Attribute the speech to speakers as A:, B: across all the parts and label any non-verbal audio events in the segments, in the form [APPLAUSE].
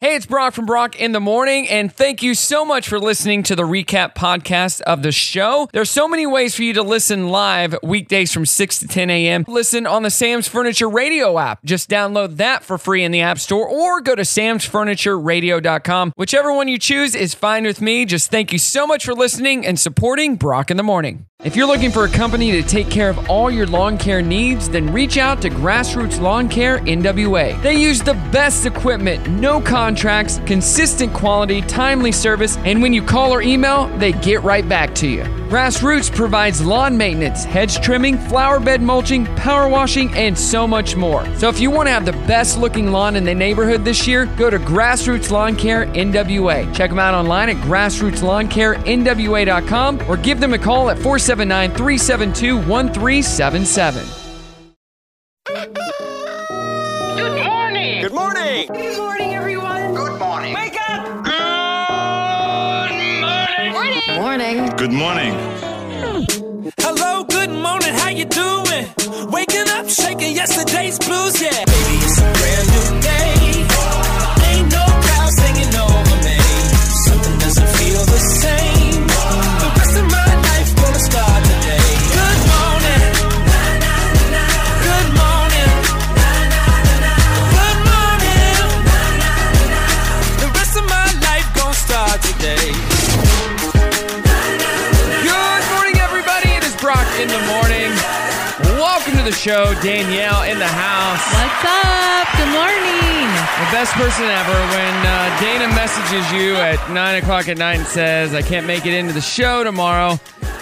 A: Hey, it's Brock from Brock in the Morning, and thank you so much for listening to the recap podcast of the show. There's so many ways for you to listen live weekdays from 6 to 10 a.m. Listen on the Sam's Furniture Radio app. Just download that for free in the App Store or go to samsfurnitureradio.com. Whichever one you choose is fine with me. Just thank you so much for listening and supporting Brock in the Morning. If you're looking for a company to take care of all your lawn care needs, then reach out to Grassroots Lawn Care NWA. They use the best equipment, no contracts, consistent quality, timely service, and when you call or email, they get right back to you. Grassroots provides lawn maintenance, hedge trimming, flower bed mulching, power washing, and so much more. So if you want to have the best looking lawn in the neighborhood this year, go to Grassroots Lawn Care NWA. Check them out online at grassrootslawncarenwa.com or give them a call at 479 372 1377.
B: Good morning.
C: Good morning.
D: Good morning, everyone.
B: Good morning.
D: Wake up.
B: Good morning.
D: Morning.
E: Good morning.
F: Hello, good morning, how you doing? Waking up, shaking yesterday's blues, yeah. Baby, it's a brand new day. Ain't no clouds hanging over me. Something doesn't feel the same. The rest of my life gonna start today. Good morning. Good morning. Good morning. The rest of my life gonna start today.
A: Good morning, everybody. It is Brock in the morning. Welcome to the show, Danielle in the house.
G: What's up? Good morning.
A: The best person ever. When uh, Dana messages you at 9 o'clock at night and says, I can't make it into the show tomorrow,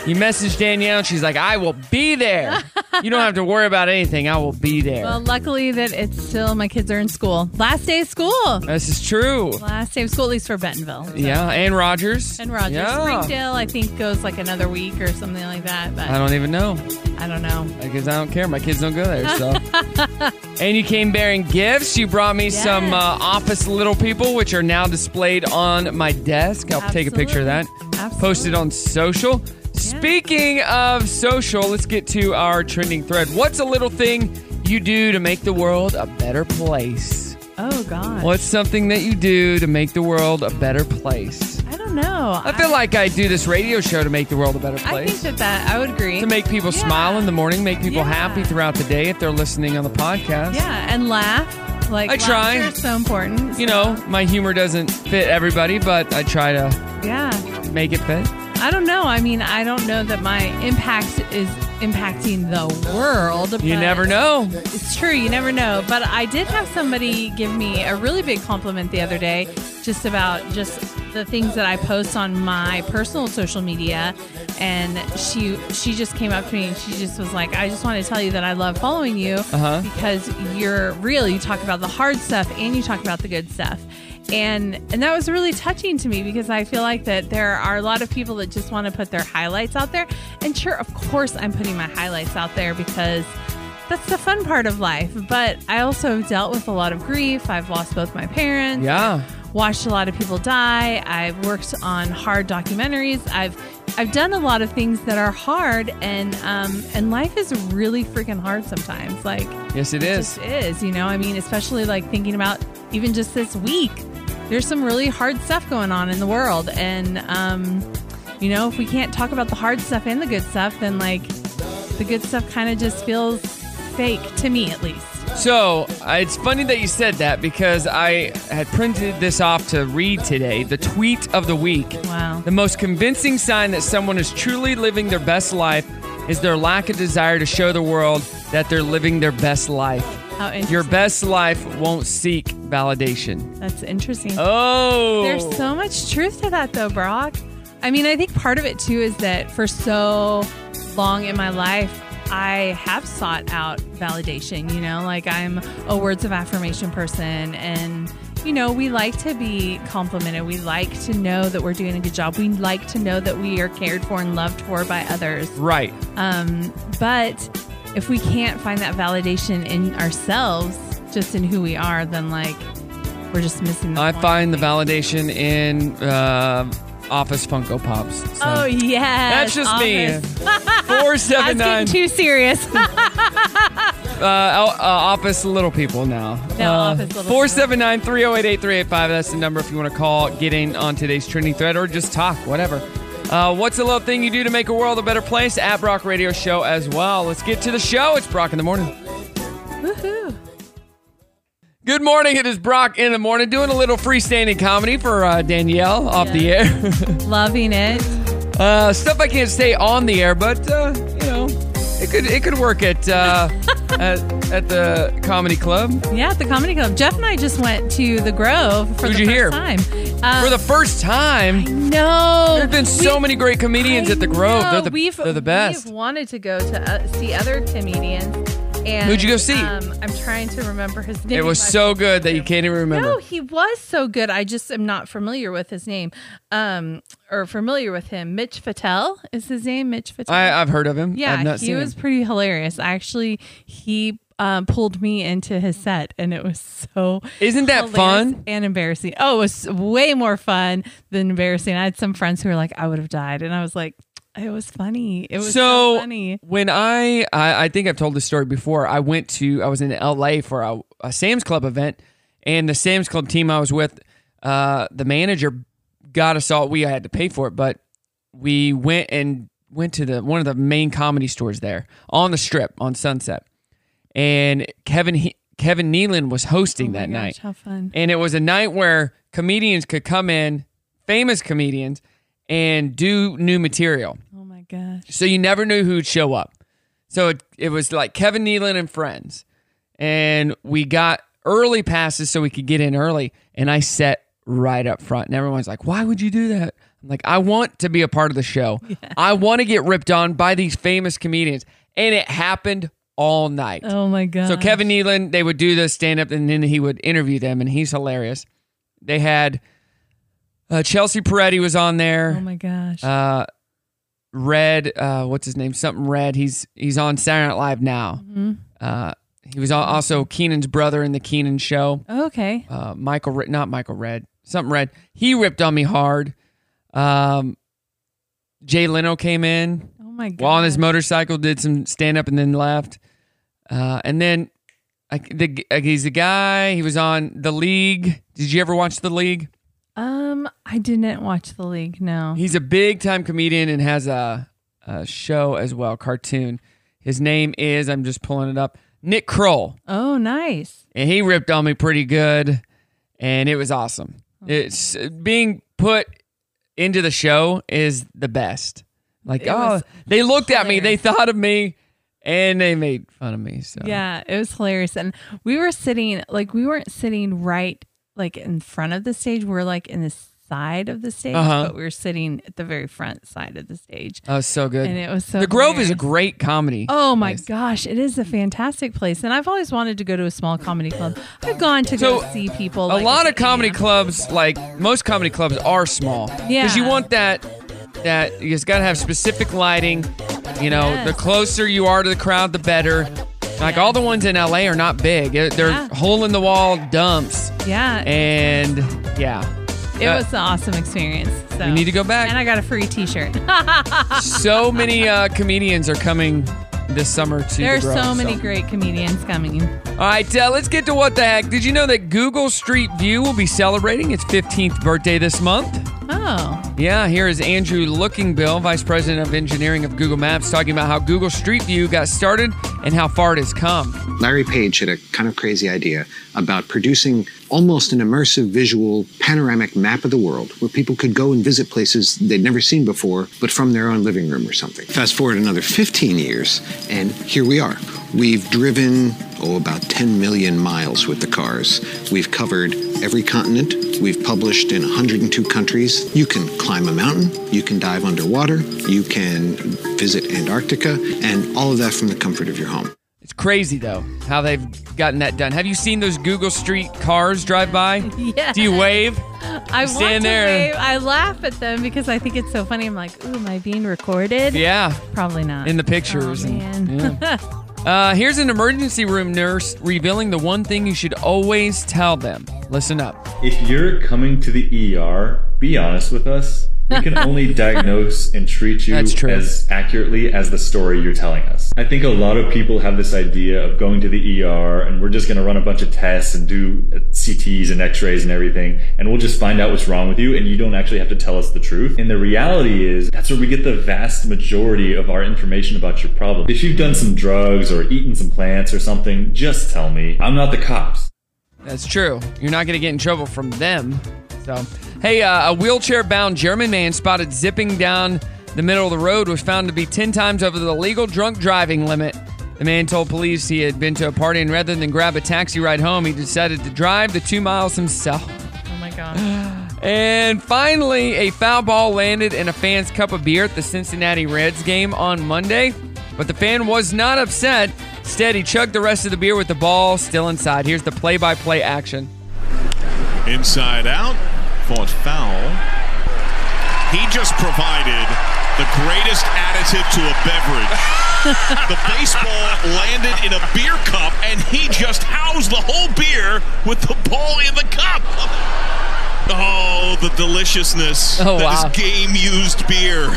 A: you message Danielle and she's like, I will be
G: [LAUGHS]
A: there. you don't have to worry about anything. I will be there.
G: Well, luckily that it's still my kids are in school. Last day of school.
A: this is true.
G: Last day of school, at least for Bentonville.
A: Yeah, and Rogers.
G: And Rogers.
A: Yeah.
G: Springdale, I think, goes like another week or something like that. But
A: I
G: I
A: don't even know
G: don't, know.
A: because I don't care. My kids don't go there.
G: [LAUGHS]
A: So, and you came bearing gifts. You brought me some
G: Yes.
A: uh, office little people, which are now displayed on my desk. I'll take a picture of that.
G: Absolutely.
A: Posted on social. Speaking of social, let's get to our trending thread. What's a little thing you do to make the world a better place?
G: Oh God.
A: What's something that you do to make the world a better place?
G: I don't know.
A: I feel like I do this radio show to make the world a better
G: I
A: place.
G: think that that I would agree.
A: to make people
G: Yeah.
A: smile in the morning, make people
G: Yeah.
A: happy throughout the day if they're listening on the podcast.
G: Yeah, and laugh. Like
A: I try.
G: laughter is so important.
A: You know, my humor doesn't fit everybody, but I try to
G: Yeah.
A: make it fit.
G: I don't know. I mean, I don't know that my impact is impacting the world.
A: You
G: but-
A: never know.
G: It's true, you never know. But I did have somebody give me a really big compliment the other day just about just the things that I post on my personal social media and she she just came up to me and she just was like, "I just want to tell you that I love following you
A: Uh-huh.
G: because you're real. You talk about the hard stuff and you talk about the good stuff." And and that was really touching to me because I feel like that there are a lot of people that just want to put their highlights out there. And sure, of course I'm putting my highlights out there because that's the fun part of life. But I also have dealt with a lot of grief. I've lost both my parents.
A: Yeah.
G: Watched a lot of people die. I've worked on hard documentaries. I've I've done a lot of things that are hard, and um, and life is really freaking hard sometimes. Like
A: Yes, it
G: it
A: is.
G: just is, you know. I mean, especially like thinking about even just this week. There's some really hard stuff going on in the world, and um, you know, if we can't talk about the hard stuff and the good stuff, then like the good stuff kind of just feels fake to me, at least.
A: So I- it's funny that you said that because I had printed this off to read today the tweet of the week.
G: Wow.
A: The most convincing sign that someone is truly living their best life is their lack of desire to show the world that they're living their best life.
G: How interesting.
A: Your best life won't seek validation.
G: That's interesting.
A: Oh.
G: There's so much truth to that, though, Brock. I mean, I think part of it too is that for so long in my life, I have sought out validation. You know, like I'm a words of affirmation person, and you know, we like to be complimented. We like to know that we're doing a good job. We like to know that we are cared for and loved for by others.
A: Right.
G: Um, but if we can't find that validation in ourselves, just in who we are, then like we're just missing. The
A: I
G: point,
A: find the
G: think.
A: validation in uh, Office Funko Pops. So.
G: Oh yeah, [LAUGHS]
A: That's just me.
G: I was
A: 479
G: getting too serious.
A: uh, o- uh, office little people now.
G: No,
A: uh,
G: office little people.
A: 479 308 8385. That's the number if you want to call, get in on today's trending thread, or just talk, whatever. Uh, what's a little thing you do to make a world a better place? At Brock Radio Show as well. Let's get to the show. It's Brock in the morning.
G: Woohoo.
A: Good morning. It is Brock in the morning doing a little freestanding comedy for uh, Danielle off the air. [LAUGHS]
G: [LAUGHS] Loving it.
A: uh, stuff I can't say on the air, but uh, you know, it could it could work at
G: [LAUGHS]
A: uh, at, at the comedy club
G: Yeah, at the comedy club. Jeff and I just went to the Grove for
A: Who'd
G: the
A: you
G: first
A: hear?
G: time. Um,
A: for the first time.
G: no,
A: There've been so
G: we-
A: many great comedians
G: I
A: at the Grove.
G: know.
A: They're the,
G: we've,
A: they're the best.
G: We've wanted to go to uh, see other comedians. And,
A: Who'd you go see?
G: Um, I'm trying to remember his name.
A: It was
G: I-
A: so good that you can't even remember.
G: No, he was so good. I just am not familiar with his name, um, or familiar with him. Mitch Fattel is his name. Mitch Fattel.
A: I, I've heard of him. I've
G: yeah,
A: not
G: he
A: seen
G: was
A: him.
G: pretty hilarious. Actually, he um, pulled me into his set, and it was so.
A: Isn't that
G: hilarious
A: fun?
G: and embarrassing? Oh, it was way more fun than embarrassing. I had some friends who were like, "I would have died," and I was like, "It was funny. It was so, funny."
A: when I, I I think I've told this story before. I went to I was in L.A. for a, a Sam's Club event, and the Sam's Club team I was with, uh, the manager got us all. We had to pay for it, but we went and went to the one of the main comedy stores there on the Strip on Sunset, and Kevin he, Kevin Nealon was hosting that
G: Oh my
A: night.
G: gosh, how fun!
A: And it was a night where comedians could come in, famous comedians, and do new material.
G: Oh my gosh!
A: So you never knew who'd show up. So it, it was like Kevin Nealon and friends. And we got early passes so we could get in early. And I sat right up front. And everyone's like, why would you do that? I'm like, I want to be a part of the
G: [LAUGHS]
A: show. I want to get ripped on by these famous comedians. And it happened all night.
G: Oh my gosh!
A: So Kevin Nealon, they would do the stand up and then he would interview them, and he's hilarious. They had uh, Chelsea Peretti was on
G: Oh
A: there.
G: my gosh!
A: uh, Red, uh, what's his name? Something Red. He's he's on Saturday Night Live now. Uh, he was al- also Keenan's brother in the Keenan show.
G: okay.
A: Uh, Michael, Red, not Michael Red, something Red. He ripped on me hard. Um, Jay Leno came in
G: Oh my god!
A: while on his motorcycle, did some stand up and then left. Uh, and then I, the, uh, he's the guy. He was on The League. Did you ever watch The League?
G: Um, I didn't watch the league. No.
A: He's a big time comedian and has a, a show as well, cartoon. His name is I'm just pulling it up. Nick Kroll,
G: oh, nice.
A: and he ripped on me pretty good, and it was awesome. It's being put into the show is the best. Like,
G: It
A: oh,
G: was
A: they looked at me, they
G: hilarious.
A: thought of me, and they made fun of me. So
G: Yeah, it was hilarious. And we were sitting like we weren't sitting right like in front of the stage. We are like in the side of the stage,
A: Uh-huh.
G: but we were sitting at the very front side of the stage.
A: Oh, so good.
G: And it was so
A: the Grove is a
G: hilarious.
A: great comedy.
G: Oh my
A: place.
G: gosh, it is a fantastic place. And I've always wanted to go to a small comedy club. I've gone to
A: So,
G: go see people.
A: A lot of comedy clubs, like most comedy clubs, are small.
G: Yeah.
A: Because you want that, that you just got to have specific lighting. You know,
G: Yes.
A: the closer you are to the crowd, the better. Like all the ones in LA are not big. They're- They're
G: Yeah.
A: hole in the wall dumps.
G: Yeah.
A: And yeah.
G: it
A: Uh,
G: was [LAUGHS] an awesome experience. So
A: We need to go back.
G: And I got a free t shirt.
A: so many uh, comedians are coming this summer to
G: [LAUGHS] there
A: the
G: are
A: Grove,
G: so many great comedians coming.
A: All right, uh, let's get to what the heck. Did you know that Google Street View will be celebrating its 15th birthday this month?
G: Oh.
A: Yeah, here is Andrew Lookingbill, Vice President of Engineering of Google Maps, talking about how Google Street View got started and how far it has come.
C: Larry Page had a kind of crazy idea about producing almost an immersive visual panoramic map of the world where people could go and visit places they'd never seen before, but from their own living room or something. Fast forward another 15 years, and here we are. We've driven, oh, about 10 million miles with the cars. We've covered every continent. We've published in 102 countries. You can climb a mountain, you can dive underwater, you can visit Antarctica, and all of that from the comfort of your home.
A: It's crazy, though, how they've gotten that done. Have you seen those Google Street cars drive
G: [LAUGHS]
A: by?
G: Yeah.
A: Do you wave?
G: I
A: Stand
G: want to
A: there.
G: wave. I laugh at them because I think it's so funny. I'm like, ooh, am I being recorded?
A: Yeah,
G: Probably not.
A: in the pictures.
G: Oh,
A: and-
G: man.
A: yeah. Uh, here's an emergency room nurse revealing the one thing you should always tell them. Listen up.
E: If you're coming to the ER, be E honest with us. We
A: [LAUGHS]
E: can only diagnose and treat you
A: That's true.
E: as accurately as the story you're telling us. I think a lot of people have this idea of going to the ER and we're just going to run a bunch of tests and do uh, CTs and x-rays and everything and we'll just find out what's wrong with you and you don't actually have to tell us the truth. And the reality is that's where we get the vast majority of our information about your problem. If you've done some drugs or eaten some plants or something, just tell me. I'm not the cops.
A: That's true. You're not going to get in trouble from them. So, hey, uh, a wheelchair bound German man spotted zipping down the middle of the road was found to be 10 times over the legal drunk driving limit. The man told police he had been to a party and rather than grab a taxi ride home, he decided to drive the two miles himself.
G: [LAUGHS] Oh my god.
A: And finally, a foul ball landed in a fan's cup of beer at the Cincinnati Reds game on Monday. But the fan was not upset. Instead, he chugged the rest of the beer with the ball still inside. Here's the play by play action.
H: Inside out, fought foul. He just provided the greatest additive to a beverage. the baseball landed in a beer cup, and he just housed the whole beer with the ball in the cup. Oh, the deliciousness
A: Oh,
H: that is
A: wow.
H: game used beer.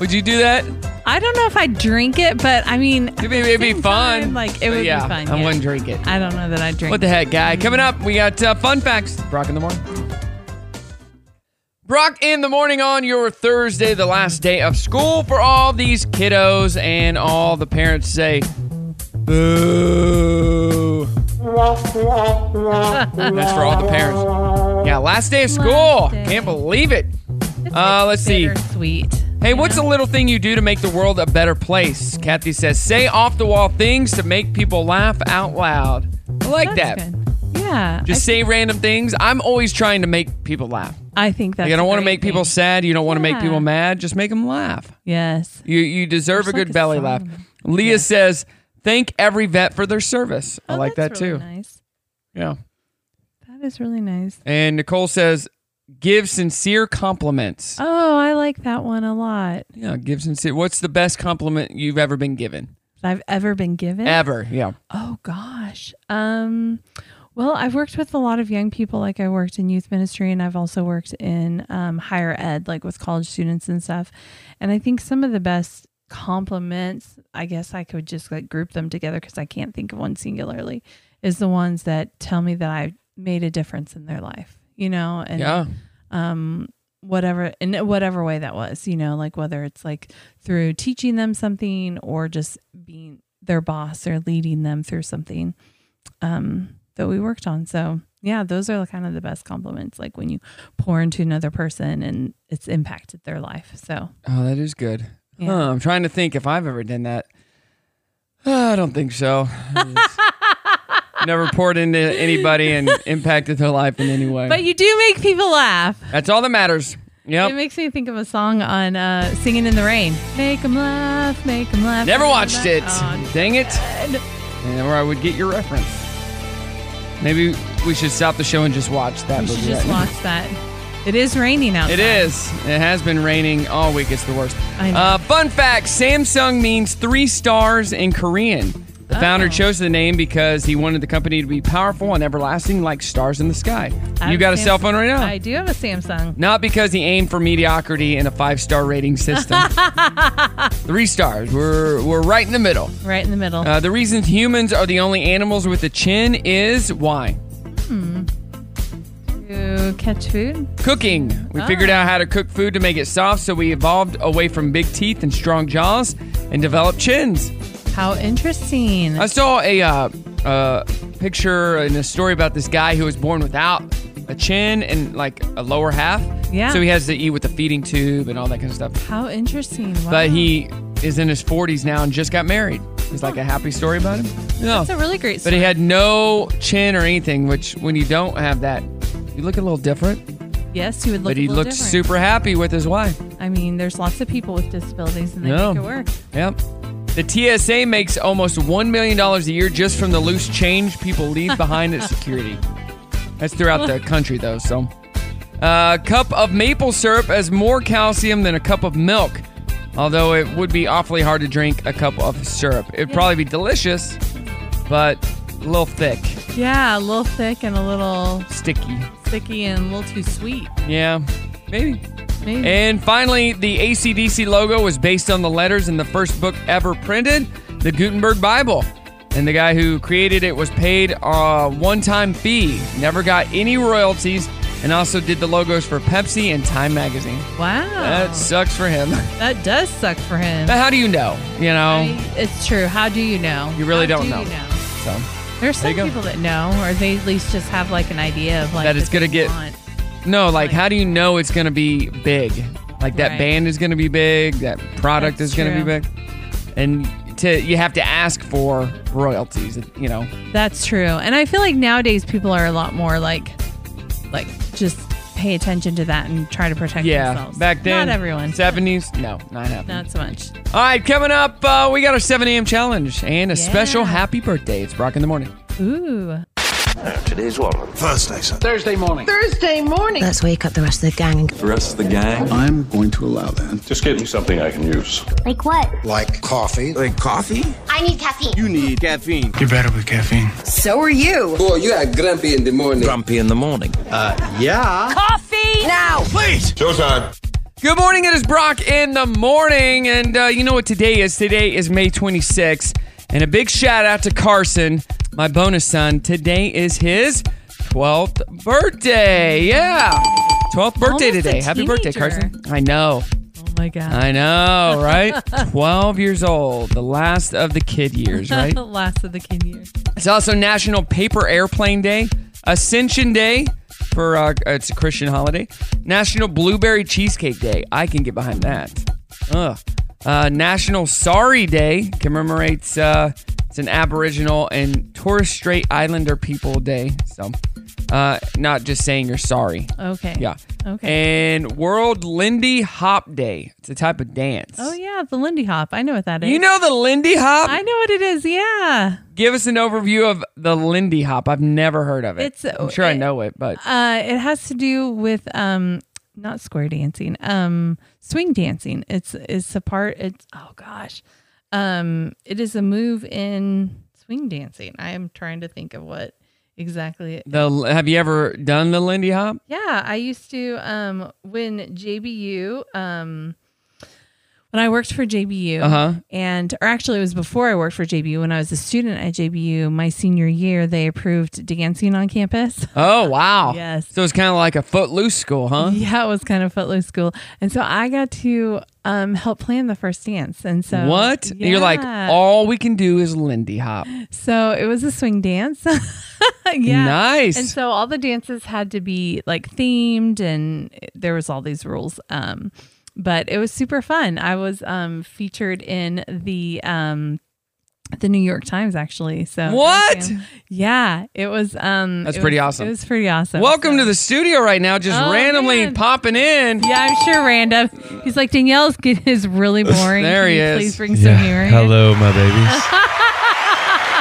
A: Would you do that?
G: I don't know if I drink it, but I mean,
A: It'd be, it'd be fun.
G: like it
A: But
G: would
A: yeah,
G: be fun.
A: I
G: yeah.
A: wouldn't drink it.
G: I don't know that I drink.
A: What the heck, guy? Coming up, we got uh, fun facts. Brock in the morning. Brock in the morning on your Thursday, the last day of school for all these kiddos, and all the parents say, boo. [LAUGHS] That's for all the parents. Yeah, last day of school.
G: Last day.
A: Can't believe it.
G: It's
A: Uh, let's see.
G: Sweet.
A: Hey, what's a little thing you do to make the world a better place? Kathy says, say off the wall things to make people laugh out loud. I like that.
G: Yeah.
A: Just
G: I,
A: say random things. I'm always trying to make people laugh.
G: I think that's.
A: Like, I don't
G: want to
A: make people sad. You don't want to make
G: Yeah.
A: people mad. Just make them laugh.
G: Yes.
A: You you deserve
G: There's
A: a good
G: like a
A: belly
G: song.
A: laugh. Leah says, "Thank every vet for their service." I
G: Oh,
A: like that
G: that's really
A: too.
G: Nice.
A: Yeah.
G: That is really nice.
A: And Nicole says, "Give sincere compliments."
G: Oh, I like that one a lot.
A: Yeah, give sincere. What's the best compliment you've ever been given?
G: That I've ever been given.
A: Ever? Yeah.
G: Oh gosh. Um well, I've worked with a lot of young people. Like I worked in youth ministry, and I've also worked in um, higher ed, like with college students and stuff. And I think some of the best compliments, I guess I could just like group them together because I can't think of one singularly, is the ones that tell me that I made a difference in their life. You know, and
A: Yeah.
G: um whatever in whatever way that was you know like whether it's like through teaching them something or just being their boss or leading them through something um that we worked on so yeah those are kind of the best compliments like when you pour into another person and it's impacted their life so
A: Oh, that is good.
G: Yeah.
A: Huh, I'm trying to think if I've ever done that. Ah, I don't think so. I just Never poured into anybody and impacted their life in any way.
G: but you do make people laugh
A: That's all that matters. Yep.
G: it makes me think of a song on uh singing in the rain make them laugh make them laugh
A: Never
G: make 'em
A: watched it.
G: laugh. Oh,
A: Dang it.
G: God.
A: And where I would get your reference. Maybe we should stop the show and just watch that
G: we
A: movie.
G: should just
A: right now.
G: watch that it is raining outside
A: It is. It has been raining all week. It's the worst.
G: I know.
A: Uh, fun fact Samsung means three stars in Korean. The founder
G: Oh.
A: chose the name because he wanted the company to be powerful and everlasting like stars in the sky.
G: I
A: you
G: have
A: got a
G: Samsung-
A: cell phone right now?
G: I do have a Samsung.
A: Not because he aimed for mediocrity in a five star rating
G: [LAUGHS]
A: system. three stars. We're, we're right in the middle.
G: Right in the middle.
A: Uh, the reason humans are the only animals with a chin is why?
G: to catch food.
A: Cooking. We figured
G: Ah.
A: out how to cook food to make it soft, so we evolved away from big teeth and strong jaws and developed chins.
G: How interesting.
A: I saw a uh, uh, picture and a story about this guy who was born without a chin and like a lower half.
G: Yeah.
A: So he has to eat with a feeding tube and all that kind of stuff.
G: How interesting. Wow.
A: But he is in his 40s now and just got married. It's like a happy story about him. No.
G: That's a really great
A: But
G: story.
A: he had no chin or anything, which when you don't have that, you look a little different.
G: yes, he would look
A: but
G: a
A: he
G: little
A: looked
G: different.
A: super happy with his wife.
G: I mean, there's lots of people with disabilities and they
A: Yeah.
G: make it work.
A: Yep. The TSA makes almost $1 million a year just from the loose change people leave behind at security. That's throughout the country, though. So, uh, a cup of maple syrup has more calcium than a cup of milk. Although it would be awfully hard to drink a cup of syrup. It'd probably be delicious, but a little thick,
G: Yeah, a little thick and a little
A: sticky.
G: sticky and a little too sweet.
A: Yeah. Maybe.
G: Maybe.
A: And finally, the ACDC logo was based on the letters in the first book ever printed, the Gutenberg Bible. And the guy who created it was paid a one time fee, never got any royalties, and also did the logos for Pepsi and Time Magazine.
G: wow.
A: That sucks for him. [LAUGHS]
G: that does suck for him.
A: But how do you know? You know?
G: I mean, it's true. How do you know?
A: You really
G: How
A: don't
G: do
A: know.
G: You know?
A: so
G: There's
A: There
G: some
A: you go.
G: people that know, or they at least just have like an idea of like
A: That it's
G: what they
A: gonna get-
G: want.
A: No, like how do you know it's gonna be big? Like that
G: Right.
A: band is gonna be big, that product
G: That's
A: is gonna be
G: true.
A: big. And to you have to ask for royalties, you know.
G: That's true. And I feel like nowadays people are a lot more like, like just pay attention to that and try to protect
A: Yeah.
G: themselves.
A: Back then
G: not everyone.
A: Seventies? No, not happening.
G: Not so much.
A: All right, coming up, uh, we got our seven AM challenge and a special
G: Yeah.
A: happy birthday. It's Brock in the morning.
G: Ooh.
D: Thursday morning.
I: Let's wake up the rest of the gang.
J: I'm going to allow that.
K: Just get me something I can use.
L: Like what?
J: Like coffee. Like coffee?
L: I need caffeine.
J: You need caffeine.
H: You're better with caffeine.
D: So are you.
J: Boy, you are grumpy in the morning. Grumpy in the morning. Uh, yeah.
D: Coffee now.
J: Showtime.
A: Good morning. It is Brock in the morning, and uh, you know what today is? Today is May 26th, and a big shout out to Carson, my bonus son. Today is his 12th birthday. Yeah, 12th birthday
G: Almost a
A: today. Happy birthday,
G: teenager.
A: Carson. I know,
G: Oh my god.
A: I know,
G: [LAUGHS]
A: right? 12 years old, the last of the kid years, right?
G: [LAUGHS] the last of the king years.
A: It's also National Paper Airplane Day, Ascension Day for uh, it's a Christian holiday, National Blueberry Cheesecake Day. I can get behind that. Ugh. Uh, National Sorry Day commemorates uh, it's an Aboriginal and Torres Strait Islander people day. So, uh, not just saying you're sorry.
G: Okay.
A: Yeah.
G: Oh. Okay.
A: And World Lindy Hop Day. It's a type of dance.
G: oh yeah, the Lindy Hop. I know what that is.
A: You know the Lindy Hop?
G: I know what it is. Yeah.
A: Give us an overview of the Lindy Hop. I've never heard of it.
G: It's-
A: I'm sure I know it, but
G: Uh, it has to do with um, not square dancing, um, swing dancing. It's it's a part. It's oh gosh, um, it is a move in swing dancing. I am trying to think of what exactly. It,
A: the have you ever done the Lindy Hop?
G: yeah, I used to um, when JBU. Um, when I worked for JBU,
A: Uh-huh.
G: and or actually it was before I worked for JBU. When I was a student at JBU, my senior year, they approved dancing on campus.
A: Oh wow!
G: Yes.
A: So it's kind of like a footloose school, huh?
G: Yeah, it was kind of footloose school. And so I got to um, help plan the first dance. And so
A: What? And You're like "Oh."
G: Yeah.
A: all we can do is Lindy Hop.
G: So it was a swing dance. [LAUGHS] yeah.
A: Nice.
G: And so all the dances had to be like themed and there was all these rules. Um but it was super fun. I was um featured in the um the New York Times actually. So thank
A: What?
G: you. Yeah, it was um
A: That's
G: it
A: pretty
G: was-
A: awesome.
G: It was pretty awesome.
A: Welcome
G: So-
A: to the studio right now, just
G: Oh,
A: randomly
G: man.
A: popping in.
G: Yeah, I'm sure random. He's like Danielle's kid is
A: [LAUGHS]
G: really boring.
A: There
G: Can
A: he
G: you
A: is.
G: Please bring some humor. in?"
K: my babies.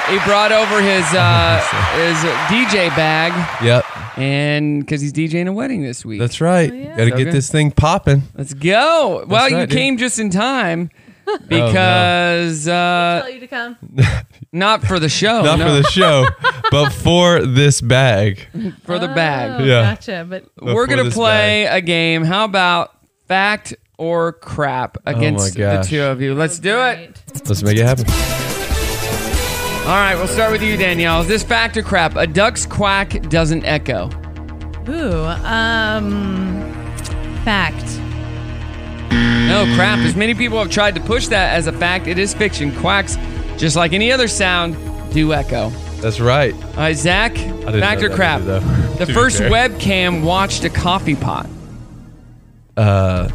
A: He brought over his uh, his DJ bag,
K: yep,
A: and because he's DJing a wedding this week.
K: that's right.
G: yeah.
K: Gotta
A: Okay.
K: get this thing popping.
A: Let's go. Well, you
K: right, dude. Oh,
A: came just in
K: [LAUGHS]
A: time because uh,
G: Tell you to come.
A: Not for the show.
K: Not
A: no,
K: for the show, but for this bag.
A: for the bag.
G: Oh,
K: Yeah.
G: Gotcha. But
K: But
A: We're
K: for
A: gonna
K: this
A: play a game. How about fact or crap against the
K: Oh gosh.
A: two of you? Let's do it.
G: Right.
K: bag. Let's make it happen.
A: All right, we'll start with you, Danielle. Is this fact or crap? A duck's quack doesn't echo.
G: Ooh. Um. Fact.
A: No crap. As many people have tried to push that as a fact, it is fiction. Quacks, just like any other sound, do echo.
K: That's right.
A: All right, Zach.
K: didn't
A: Fact
K: know
A: or
K: that
A: crap?
K: either, though,
A: the
K: [LAUGHS] to be
A: first
K: fair.
A: webcam watched a coffee pot.
K: Uh,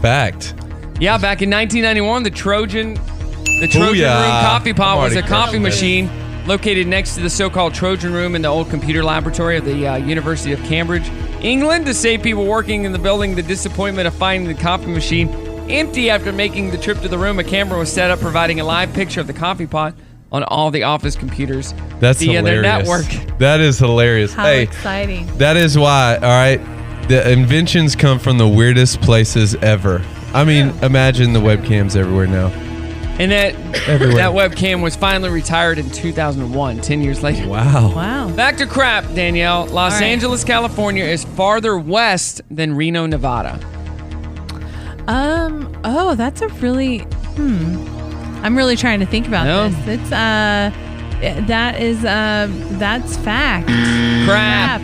K: fact.
A: Yeah, back in 1991, the Trojan, the Trojan Room
K: Booyah.
A: coffee pot
K: I'm
A: was
K: already
A: a coffee
K: crushing this.
A: machine located next to the so-called Trojan Room in the old computer laboratory of the uh, University of Cambridge, England, to save people working in the building the disappointment of finding the coffee machine empty after making the trip to the room. A camera was set up providing a live picture of the coffee pot on all the office computers
K: That's
A: via their
K: hilarious.
A: network.
K: That is hilarious.
G: How
K: hey,
G: exciting.
K: That is why, all right, the inventions come from the weirdest places ever. I mean, imagine the webcams everywhere now.
A: And that
K: Everywhere.
A: that webcam was finally retired in 2001, 10 years later.
K: Wow.
G: Wow.
A: Back to crap, Danielle. Los
G: All right.
A: Angeles, California is farther west than Reno, Nevada.
G: Um. Oh, that's a really. Hmm. I'm really trying to think about
A: No.
G: this. It's uh, that is uh, that's fact.
A: Crap.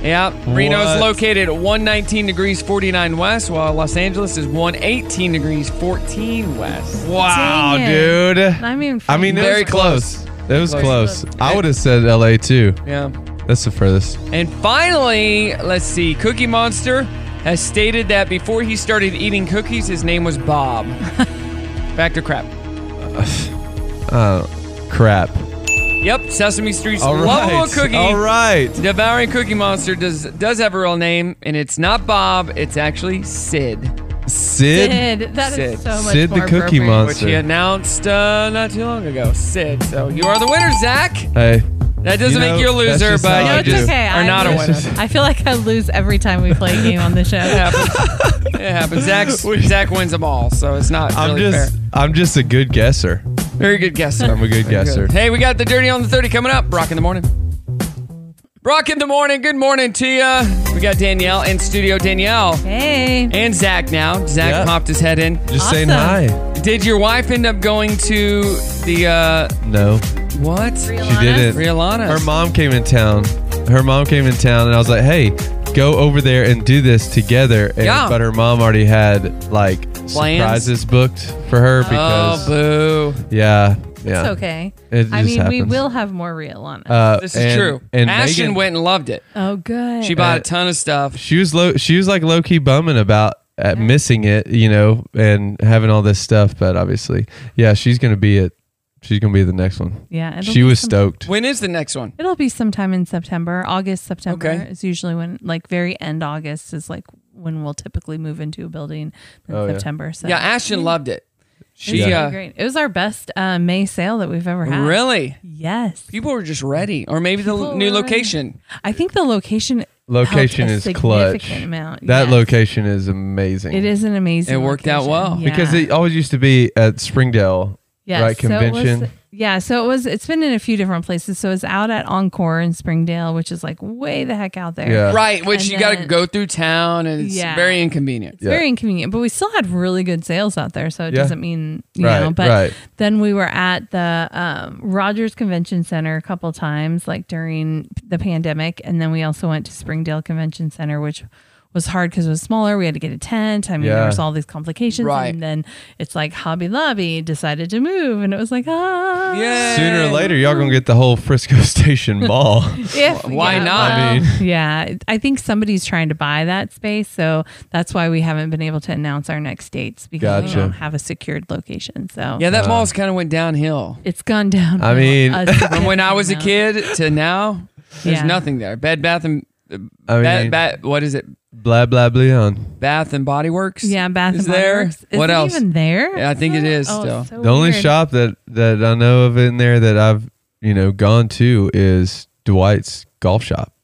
A: Yep. Reno's
K: What?
A: located at 119 degrees 49 west, while Los Angeles is 118 degrees 14 west.
K: Wow,
G: Dang it.
K: dude.
G: I mean,
K: I mean, it
A: Very
K: was close. It was
A: Close.
K: close. I would have said LA too.
A: Yeah.
K: That's the furthest.
A: And finally, let's see, Cookie Monster has stated that before he started eating cookies, his name was Bob.
G: [LAUGHS]
A: Back to crap.
K: Crap.
A: Yep, Sesame Street's
K: All right.
A: lovable cookie.
K: All right.
A: Devouring Cookie Monster does does have a real name, and it's not Bob. It's actually Sid,
K: Sid.
G: Sid. That is
A: Sid.
G: so much
K: Sid the
G: more
K: Cookie
G: appropriate.
K: Monster.
A: which he announced uh, not too long ago. Sid. So you are the winner, Zach.
K: Hey.
A: That doesn't
K: You know,
A: make you a
K: that's
A: loser,
K: just
A: but
K: how
G: No,
K: I
G: it's
K: do.
G: okay.
A: Are
G: I
A: not a
G: lose.
K: [LAUGHS]
A: winner.
G: I feel like I lose every time we play a game on the
A: It
G: show.
A: happens. it happens. Zach
K: [LAUGHS]
A: Zach wins them all, so it's not
K: I'm
A: really
K: just
A: fair.
K: I'm just a good guesser.
A: Very good guess.
K: [LAUGHS]
A: sir.
K: I'm a
A: [LAUGHS]
K: good
A: Very
K: guesser.
A: Hey, we got the dirty on the thirty coming up. Brock in the morning. Brock in the morning. Good morning to you. We got Danielle in studio. Danielle
G: Hey.
A: and Zach now. Zach
K: Yeah.
A: popped his head in.
K: Just saying
G: Awesome.
K: hi.
A: Did your wife end up going to the uh
K: No.
A: what?
K: She didn't.
A: Rialana.
K: Her mom came in town. Her mom came in town, and I was like, "Hey, go over there and do this together." And,
A: Yeah.
K: But her mom already had like surprises booked for her
A: Oh
K: because
A: boo.
K: yeah, yeah.
G: It's okay.
K: It
G: I mean,
K: just
G: we
K: happens.
G: will have more real on it.
K: Uh,
A: This is
K: and-
A: true.
K: And
A: Ashton
K: Megan,
A: went and loved it.
G: oh, good.
A: She bought a
K: Uh,
A: ton of stuff.
K: She was low. She was like low key bumming about uh, missing it, you know, and having all this stuff. But obviously, yeah, she's gonna be it. She's gonna be the next one.
G: yeah. it'll
K: She
G: be
K: was
G: some-
K: stoked.
A: When is the next one?
G: It'll be sometime in September, August, September
A: Okay.
G: is usually when, like, very end August is like when we'll typically move into a building in
K: Oh, yeah.
G: September. So
A: Yeah, Ashton loved it. She
G: It's really
A: uh,
G: great. It was our best uh, May sale that we've ever had.
A: really
G: Yes.
A: people were just ready, or maybe the
G: People
A: new
G: were ready.
A: location.
G: I think the location
K: Location
G: helped a
K: is
G: significant
K: clutch.
G: Amount.
K: That
G: Yes.
K: location is amazing.
G: It is an amazing.
A: It worked out
G: location.
A: well.
G: Yeah.
K: because it always used to be at Springdale,
G: Yes,
K: right?
G: so it was-
K: Convention.
G: yeah, so it was. It's been in a few different places. So it's out at Encore in Springdale, which is like way the heck out there.
K: Yeah.
A: Right, which
G: And
A: you got to
G: then-
A: go through town, and it's
G: Yeah.
A: very inconvenient.
G: It's very inconvenient, but we still had really good sales out there. So it
K: Yeah.
G: doesn't mean, you
K: Right,
G: know, but
K: right.
G: then we were at the um, Rogers Convention Center a couple times, like during the pandemic. And then we also went to Springdale Convention Center, which was hard because it was smaller. We had to get a tent. I mean,
K: Yeah.
G: there was all these complications.
A: Right.
G: And then it's like Hobby Lobby decided to move. And it was like, ah.
A: Yeah.
K: Sooner or later, y'all gonna get the whole Frisco Station Mall.
G: If,
A: Why
G: yeah,
A: not?
K: I
G: well,
K: mean-
G: yeah, I think somebody's trying to buy that space, so that's why we haven't been able to announce our next dates because
K: Gotcha.
G: we don't have a secured location. So
A: Yeah,
K: uh,
A: that mall's kind of went downhill.
G: it's gone down.
K: I mean-
G: a
A: [LAUGHS] From when I
G: [LAUGHS]
A: was a
G: significant
A: kid to now, there's
G: Yeah.
A: nothing there. Bed Bath and
K: I mean,
A: Bat, bat, what is it?
K: blah blah bleon.
A: Bath and Body Works.
G: amount. Yeah, Bath
A: is
G: and Body
A: there.
G: Works. Is
A: what
G: it
A: else?
G: Even there?
A: Yeah, I think it is
G: Oh,
A: still.
G: so
K: The only
G: weird.
K: shop that that I know of in there that I've you know gone to is Dwight's golf shop,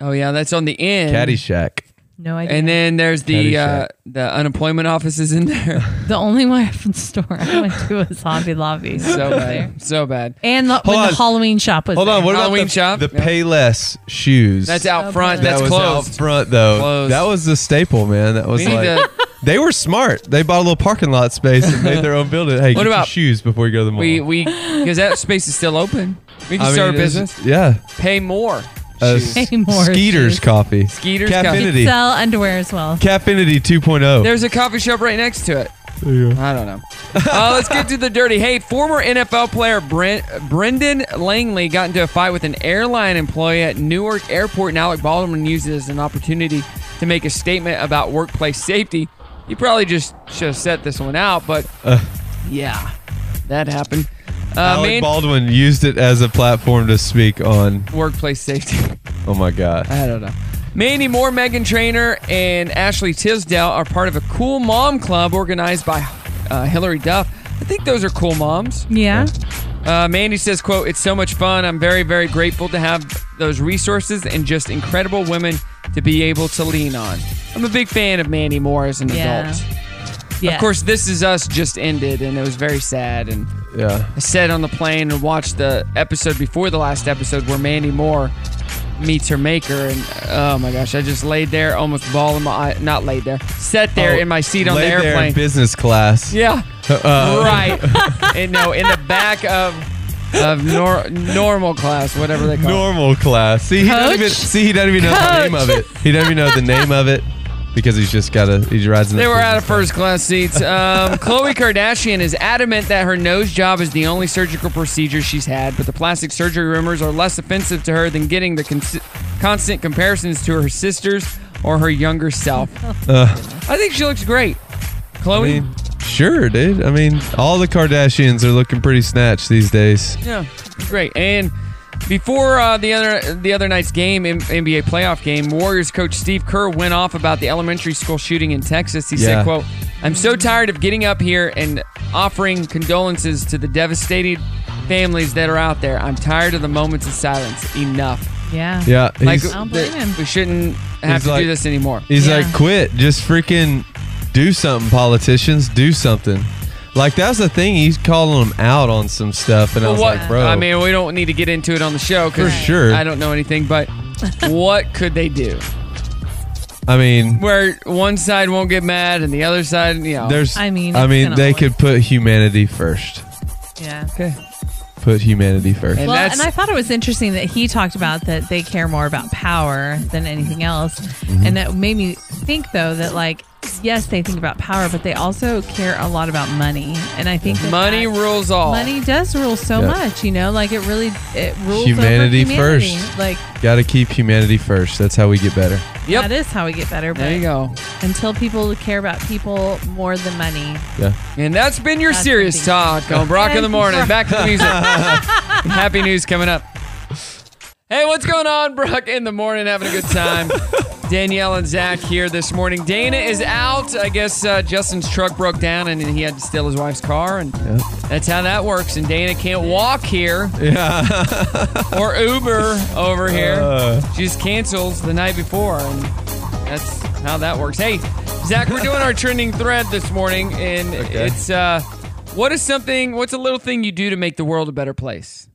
A: Oh yeah, that's on the end.
K: Caddyshack.
G: No idea.
A: And then there's the uh,
K: Caddyshack.
A: the unemployment offices in there.
G: [LAUGHS] the only weapon store I went to was Hobby
A: [LAUGHS]
G: Lobby.
A: So bad, so bad.
G: And the, when
K: Hold
G: the
K: on.
G: Halloween shop was
K: Hold on,
G: there.
K: what
A: Halloween
K: about the,
A: shop?
K: the
A: Yeah.
K: Payless shoes?
A: That's out
G: So
A: front.
G: bad.
K: That
A: That's
K: was
A: closed.
K: out front though.
A: Closed.
K: That was the staple, man. That was
A: We need
K: like
A: to-
K: they were smart. They bought a little parking lot space and made their
A: [LAUGHS]
K: own building. Hey,
A: What
K: get your
A: about-
K: shoes before you go to the mall?
A: We we because that space is still open. We can
K: I mean,
A: start a
K: it's-
A: business.
K: Yeah.
A: Pay more.
K: Uh,
A: Shoes.
G: Hey, more
K: Skeeter's
G: shoes.
K: coffee.
A: Skeeter's
K: Cafinity.
G: They sell underwear as well.
K: Cafinity 2.0.
A: There's a coffee shop right next to it. I don't know. Uh, let's get to the dirty. Hey, former NFL player Brent, Brendan Langley got into a fight with an airline employee at Newark Airport, and Alec Baldwin used it as an opportunity to make a statement about workplace safety. You probably just should have set this one out, but yeah, that happened. Uh,
K: Alec
A: man-
K: Baldwin used it as a platform to speak on.
A: workplace safety. [LAUGHS]
K: Oh my God.
A: I don't know. Mandy Moore, Megan Trainer, and Ashley Tisdale are part of a cool mom club organized by uh, Hillary Duff. I think those are cool moms.
G: Yeah.
A: Uh, Mandy says, "quote It's so much fun. I'm very, very grateful to have those resources and just incredible women to be able to lean on. I'm a big fan of Mandy Moore as an
G: Yeah.
A: adult. Of course, This Is Us just ended, and it was very sad. And
K: Yeah.
A: I sat on the plane and watched the episode before the last episode where Mandy Moore meets her maker, and oh my gosh, I just laid there, almost ball in my eye. Not laid there, sat there
K: Oh,
A: in my seat on the
K: lay there in
A: airplane.
K: business class.
A: Yeah.
K: [LAUGHS] Uh,
A: right. and no, in the back of of nor- normal class, whatever they call it.
K: Normal class. See, he doesn't
A: Coach?
K: even see. He doesn't even know the name of
A: Coach.
K: it. He doesn't even know the name of it because he's just got a. He rides in.
A: They
K: the
A: were out of first class seats. Um, Khloe Kardashian is adamant that her nose job is the only surgical procedure she's had, but the plastic surgery rumors are less offensive to her than getting the cons- constant comparisons to her sisters or her younger self.
K: Uh,
A: I think she looks great. Khloe.
K: I mean, sure, dude. I mean, all the Kardashians are looking pretty snatched these days.
A: Yeah, great. And before uh, the other the other night's game, M- NBA playoff game, Warriors coach Steve Kerr went off about the elementary school shooting in Texas. He
K: Yeah.
A: said, "quote I'm so tired of getting up here and offering condolences to the devastated families that are out there. I'm tired of the moments of silence. Enough.
G: Yeah.
K: Yeah,
A: like
K: he's- I
G: don't blame
A: the- we shouldn't have
K: He's
A: to
K: like-
A: do this anymore.
K: He's like, quit. Just freaking do something, politicians. Do something. Like that's the thing. He's calling them out on some stuff, and I was
A: Well,
K: like, bro.
A: I mean, we don't need to get into it on the show
K: For
A: because
K: sure.
A: I don't know anything.
G: [LAUGHS]
A: But what could they do?
K: I mean,
A: where one side won't get mad and the other side, you know.
K: there's. I mean, they could put humanity first.
G: Yeah.
A: Okay.
K: Put humanity first.
G: well, and I thought it was interesting that he talked about that they care more about power than anything else. And that made me think, though, that like, yes, they think about power, but they also care a lot about money. And I think that
A: Money
G: that-
A: rules all.
G: Money does rule so
K: Yeah.
G: much, you know. Like it really, it rules
K: humanity,
G: over humanity.
K: first.
G: Like
K: got to keep humanity first. That's how we get better.
G: that is how we get better. But
A: There you go.
G: Until people care about people more than money,
K: Yeah.
A: And that's been your serious talk on Brock in the morning. Back to the music. Happy news coming up. Hey, what's going on, Brock in the morning? Having a good time. Danielle and Zach here this morning. Dana is out. I guess uh, Justin's truck broke down and he had to steal his wife's car, and that's how that works. And Dana can't walk here.
K: Yeah.
A: or Uber over here.
K: Uh.
A: She just cancels the night before, and that's how that works. Hey, Zach, we're doing our trending thread this morning, and it's uh, what is something? What's a little thing you do to make the world a better place?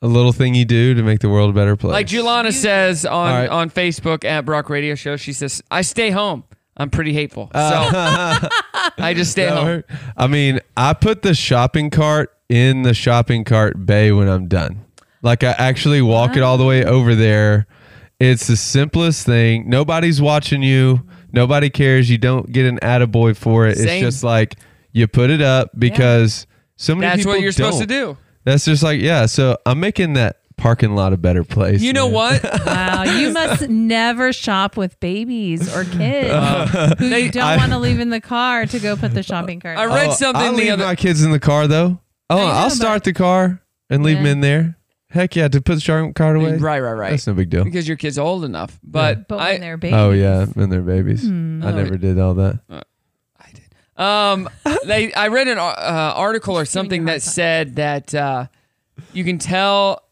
K: A little thing you do to make the world a better place.
A: Like Julana says on
K: All right.
A: on Facebook at Brock Radio Show, she says, "I stay home. I'm pretty hateful, so
K: [LAUGHS]
A: I just stay
K: Uh. That
A: home."
K: hurt. I mean, I put the shopping cart in the shopping cart bay when I'm done. Like I actually walk it all the
A: Ah.
K: way over there. It's the simplest thing. Nobody's watching you. Nobody cares. You don't get an attaboy for it.
A: Same.
K: It's just like you put it up because so many
A: That's what
K: people
A: you're supposed to
K: don't.
A: do.
K: That's just like, yeah. So I'm making that parking lot a better place.
A: You know
K: man. [LAUGHS]
A: what?
G: wow, you must never shop with babies or kids who you
K: I-
G: don't want to leave in the car to go put the shopping cart.
A: I read
K: Oh,
A: something
K: I
A: the
K: leave
A: other-
K: my kids in the car though. Oh, I'll start the car and leave
G: Yeah.
K: them in there. Heck yeah, to put the sharp card away.
A: Right, right, right.
K: That's no big deal.
A: Because your kid's old enough, but,
G: but
A: I,
G: when they're babies,
K: Oh yeah, and their babies. I
A: Oh,
K: never did all that.
A: Um, they I read an uh, article or something that said that uh, you can tell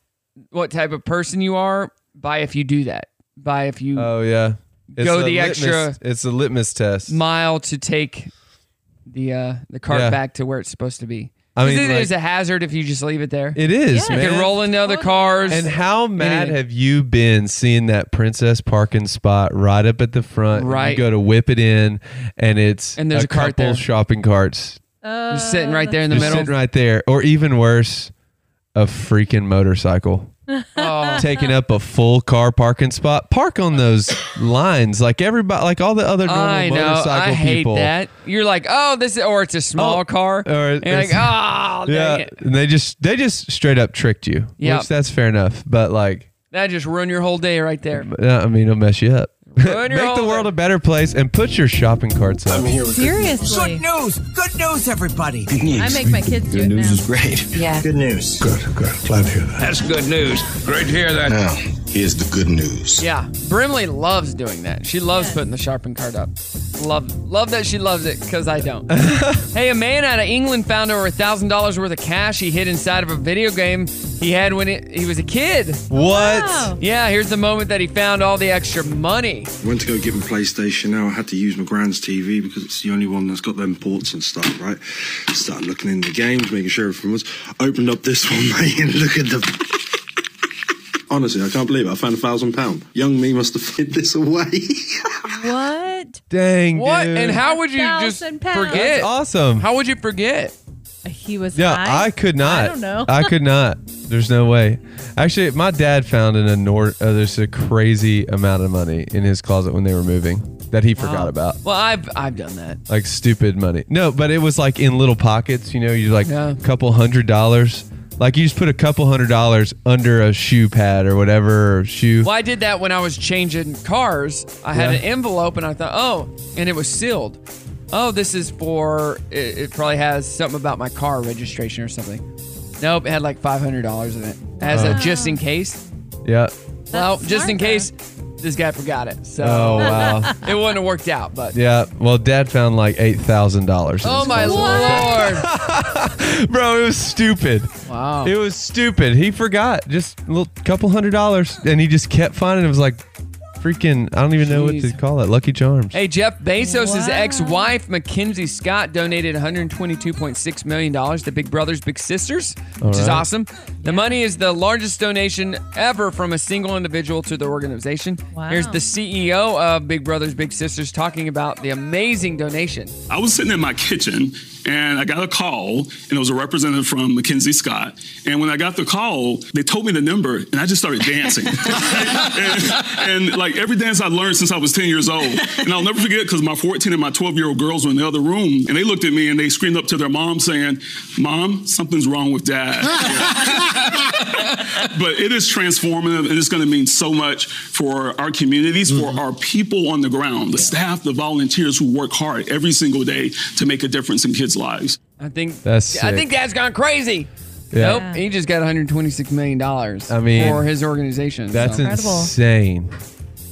A: what type of person you are by if you do that, by if you
K: Oh yeah.
A: Go
K: a
A: the
K: litmus-
A: extra-
K: It's a litmus test.
A: mile to take the uh, the cart
K: Yeah.
A: back to where it's supposed to be.
K: I
A: 'Cause
K: mean,
A: it
K: like-
A: is a hazard if you just leave it there.
K: It is,
A: you
K: man.
A: can roll into other cars.
K: and how mad
A: Anything.
K: have you been seeing that princess parking spot right up at the front?
A: Right.
K: You go to whip it in, and it's
A: And there's a cart
K: couple
A: there.
K: shopping carts
A: you're sitting right there in the
K: just
A: middle.
K: sitting right there, or even worse, a freaking motorcycle.
A: Oh,
K: taking up a full car parking spot. Park on those lines, like everybody, like all the other normal
A: I know.
K: motorcycle
A: I hate
K: people.
A: that. You're like, oh, this is, or it's a small
K: Oh,
A: car.
K: or
A: and you're like,
K: it's-
A: oh, dang
K: [LAUGHS] Yeah,
A: it.
K: and they just they just straight up tricked you.
A: Yeah.
K: which that's fair enough. But like,
A: That just ruined your whole day right
K: [LAUGHS]
A: there.
K: uh, I mean, it'll mess you up. [LAUGHS]
A: Ruin your
K: Make the
A: whole
K: world a better place and put your shopping carts up.
G: Seriously,
F: news! Good news, everybody!
G: I make my kids do it now.
B: That's good news. Great to hear that.
A: Yeah, Brimley loves doing that. She loves putting the shopping cart up. Love, love that she loves it because I
K: [LAUGHS]
A: don't. hey, a man out of England found over a thousand dollars worth of cash he hid inside of a video game he had when it, he was a kid.
K: What?
I: Wow.
A: Yeah, here's the moment that he found all the extra money.
I: Went to go get my PlayStation. Now I had to use my grand's TV because it's the only one that's got them ports and stuff, right? Started looking in the games, making sure everything was. Opened up this [LAUGHS] one, mate, and look at the. Honestly, I can't believe it. I found a thousand pound. Young me must have [LAUGHS] hid this away.
G: What?
K: Dang.
A: What?
K: dude.
A: And how would you just
G: Thousand pounds.
A: forget?
K: That's awesome.
A: How would you forget?
G: He was.
K: Yeah,
G: high?
K: I could not.
G: I don't know. [LAUGHS]
K: I could not. There's no way. Actually, my dad found an anor- uh, there's a crazy amount of money in his closet when they were moving that he forgot about.
A: Well, I've I've done that.
K: Like stupid money. No, but it was like in little pockets, you know, you like a couple hundred dollars. Like you just put a couple hundred dollars under a shoe pad or whatever or shoe.
A: Well, I did that when I was changing cars. I had
K: Yeah.
A: an envelope and I thought, oh, and it was sealed. Oh, this is for, it, it probably has something about my car registration or something. Nope, it had like $500 in it. As a
K: Wow.
A: just in case.
K: Yeah.
A: well, just in case this guy forgot it. So [LAUGHS]
K: Oh, wow.
A: it wouldn't have worked out, but.
K: Yeah. Well, dad found like $8,000. in
A: Oh
K: his
A: my
K: closet.
A: lord.
K: [LAUGHS] Bro, it was stupid.
A: Wow.
K: It was stupid. He forgot just a little couple hundred dollars and he just kept finding it. It was like freaking I don't even know what to
A: Jeez.
K: call it. Lucky Charms.
A: Hey, Jeff Bezos' ex wife, Mackenzie Scott, donated $122.6 million to Big Brothers Big Sisters, which
K: All
A: is
K: right.
A: awesome. The money is the largest donation ever from a single individual to the organization.
G: Wow.
A: Here's the CEO of Big Brothers Big Sisters talking about the amazing donation.
L: I was sitting in my kitchen and I got a call, and it was a representative from Mackenzie Scott. And when I got the call, they told me the number, and I just started dancing. and, and, like every dance I learned since I was 10 years old. And I'll never forget because my 14 and my 12 year old girls were in the other room, and they looked at me and they screamed up to their mom saying, Mom, something's wrong with dad. but it is transformative and it's going to mean so much for our communities, for our people on the ground, the staff, the volunteers who work hard every single day to make a difference in kids' lives.
A: I think
K: That's
A: I
K: sick.
A: think Dad's gone crazy.
K: Yeah.
A: Nope, he just got 126 million dollars.
K: I mean,
A: for his organization.
K: That's
A: so.
K: insane.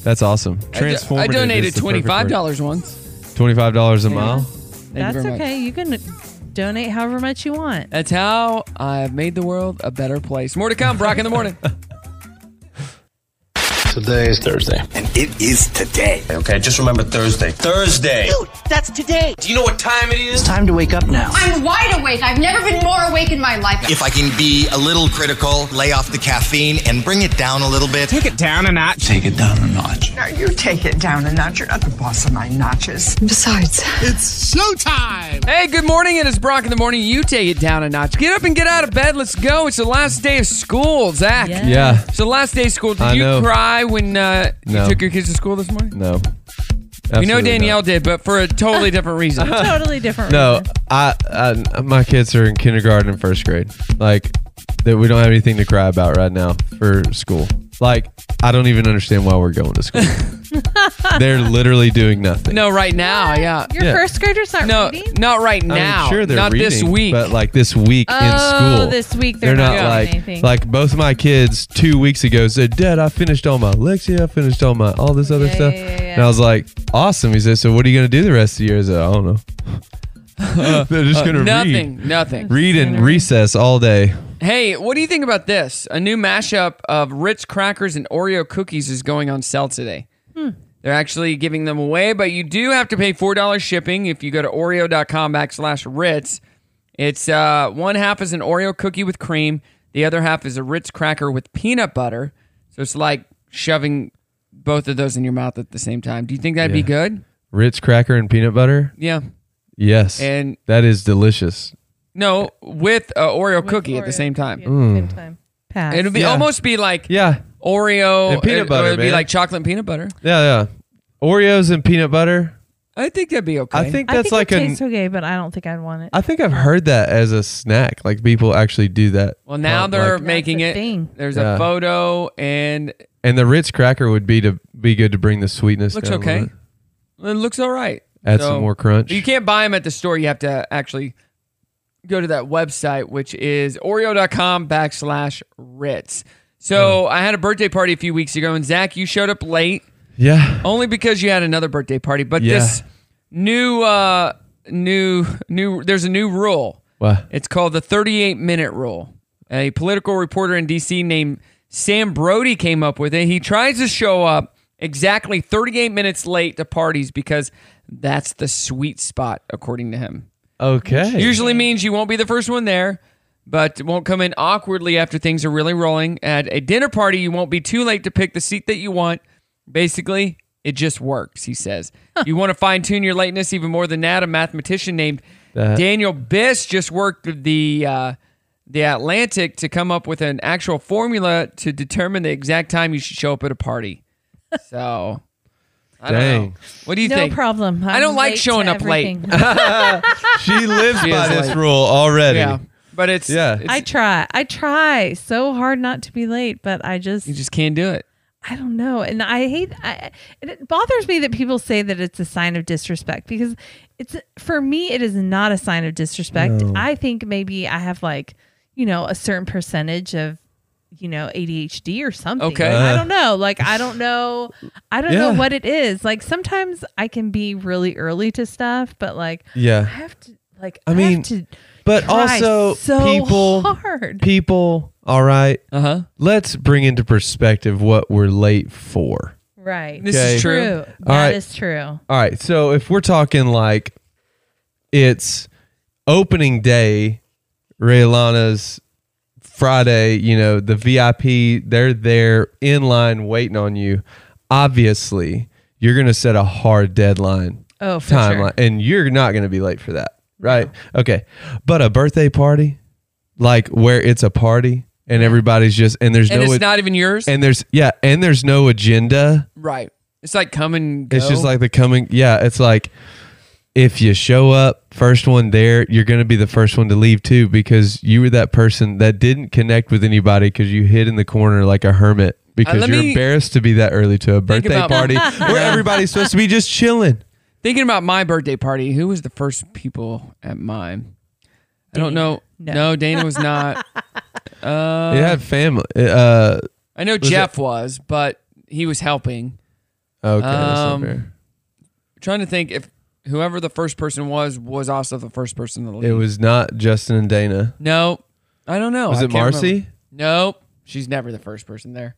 K: That's awesome.
A: I do-
K: Transformative.
A: I donated
K: is the perfect word.
A: $25 once.
K: Twenty-five dollars a
A: Yeah.
K: mile.
A: Thank you
G: That's
A: very much.
G: okay. You can donate however much you want.
K: [LAUGHS]
A: That's how I've made the world a better place. More to come, Brock in the
K: [LAUGHS]
A: morning.
J: Today is Thursday. And it is today. Okay, just remember Thursday. Thursday.
M: That's today.
J: Do you know what time it is?
M: It's time to wake up now.
N: I'm wide awake. I've never been more awake in my life.
J: If I can be a little critical, lay off the caffeine and bring it down a little bit. Take it down a notch. Take it down a notch.
D: No, you take it down a notch. You're not the boss of my notches. Besides, it's showtime.
A: Hey, good morning. It is Brock in the morning. You take it down a notch. Get up and get out of bed. Let's go. It's the last day of school, Zach.
K: Yeah. Yeah.
A: It's the last day of school. Did
K: I
A: you
K: know.
A: cry when uh,
K: No.
A: you took your kids to school this morning?
K: No.
A: we know
K: Absolutely not.
A: Danielle did, but for a totally different
K: [LAUGHS]
A: reason.
G: totally different.
K: No, I, I my kids are in kindergarten and first grade. Like that, we don't have anything to cry about right now for school. Like I don't even understand why we're going to school.
A: [LAUGHS]
K: They're literally doing nothing.
A: No, right now, yeah.
G: Your
K: uh, Yeah.
G: first graders aren't
A: No, not right
K: I mean,
A: now.
K: sure, they're
A: not
K: reading,
A: this week.
K: but like this week
G: Oh,
K: in school.
G: this week they're not doing
K: like
G: anything.
K: like both of my kids two weeks ago said, "Dad, I finished all my Lexia, I finished all my all this other stuff," and I was like, "Awesome." He said, "So what are you gonna do the rest of the year?" I said, "I don't know." [LAUGHS] they're just
A: Uh,
K: gonna
A: nothing,
K: read,
A: nothing.
K: read and recess all day.
A: Hey, what do you think about this? A new mashup of Ritz crackers and Oreo cookies is going on sale today.
G: Hmm.
A: They're actually giving them away, but you do have to pay $4 shipping if you go to oreo.com backslash Ritz. It's uh, one half is an Oreo cookie with cream, the other half is a Ritz cracker with peanut butter. So it's like shoving both of those in your mouth at the same time. Do you think that'd be
K: Yeah.
A: good?
K: Ritz cracker and peanut butter.
A: Yeah.
K: Yes,
A: And-
K: that is delicious.
A: No, with a Oreo cookie at the same time.
K: Mm.
G: Pass.
A: It'll be
K: Yeah.
A: almost be like
K: yeah
A: Oreo
K: And peanut
A: it- or
K: butter,
A: It'd be
K: man.
A: like chocolate and peanut butter.
K: Yeah, yeah. Oreos and peanut butter.
A: I think that'd be okay.
K: I think that's like
G: it
K: a.
G: tastes okay, but I don't think I'd want it.
K: I think I've heard that as a snack. Like people actually do that.
A: Well, now
K: Not
A: they're
K: like-
A: making it. There's
K: Yeah.
A: a photo and it
K: and the Ritz cracker would be to be good to bring the sweetness.
A: looks
K: down a
A: okay.
K: little bit.
A: It looks all right.
K: Add some more crunch.
A: You can't buy them at the store. You have to actually go to that website, which is oreo.com backslash Ritz.
K: Mm.
A: So I had a birthday party a few weeks ago, and Zach, you showed up late
K: Yeah.
A: only because you had another birthday party. But
K: Yeah.
A: this new, uh, new, new, there's a new rule.
K: What?
A: It's called the 38 minute rule. A political reporter in D.C. named Sam Brody came up with it. He tries to show up exactly 38 minutes late to parties because that's the sweet spot, according to him.
K: Okay.
A: Usually means you won't be the first one there, but won't come in awkwardly after things are really rolling. At a dinner party, you won't be too late to pick the seat that you want. Basically, it just works, he says. You want to fine tune your lateness even more than that. A mathematician named
K: That-
A: Daniel Biss just worked with the uh, the Atlantic to come up with an actual formula to determine the exact time you should show up at a
K: [LAUGHS]
A: party. So, I don't know.
K: Dang.
A: What do you
G: no
A: think?
G: problem.
A: I don't
G: I'm
A: like
G: late
A: showing
G: to
A: up late.
G: everything.
K: she lives
A: She
K: by
A: is
K: this
A: like-
K: rule already.
A: Yeah. But it's
K: Yeah.
A: it's-
G: I try. I try so hard not to be late, but I just
A: you just can't do it.
G: I don't know. And I hate I and it bothers me that people say that it's a sign of disrespect because it's for me it is not a sign of disrespect.
O: No.
G: I think maybe I have like, you know, a certain percentage of you know ADHD or something.
A: Okay.
G: I
A: Uh.
G: don't know. Like I don't know I don't know
A: Yeah.
G: what it is. Like sometimes I can be really early to stuff, but like
K: Yeah.
G: I have to like
K: I mean, but
G: try
K: also
G: so
K: people,
G: hard.
K: people. All right.
A: Uh huh.
K: Let's bring into perspective what we're late for.
G: Right.
K: This is Okay. true.
G: That is
K: All right.
G: true.
K: All right. So if we're talking like it's opening day, Raylana's Friday, you know, the VIP, they're there in line waiting on you. Obviously, you're going to set a hard deadline.
G: Oh, for
K: timeline, and you're not going to be late for that, right? Okay, but a birthday party, like where it's a party and everybody's just and there's
A: And
K: no
A: it's
K: ag-
A: not even yours?
K: and there's yeah, and there's no agenda.
A: Right. It's like come and go.
K: It's just like the coming. Yeah, it's like if you show up first one there, you're going to be the first one to leave too because you were that person that didn't connect with anybody because you hid in the corner like a hermit because
A: let
K: you're
A: me-
K: embarrassed to be that early to a birthday
A: about-
K: party [LAUGHS] where
A: Yeah.
K: everybody's supposed to be just chilling.
A: Thinking about my birthday party, who was the first people at mine? I don't know. No, Dana was [LAUGHS] not. Uh,
K: it had family. Uh,
A: I know
K: was it-
A: Jeff was, but he was helping.
K: Okay, that's
A: um,
K: not fair.
A: Trying to think if whoever the first person was was also the first person to leave.
K: It was not Justin and Dana.
A: No, I don't know.
K: Was
A: oh, I
K: it
A: can't remember.
K: Marcy?
A: Nope. She's never the first person there.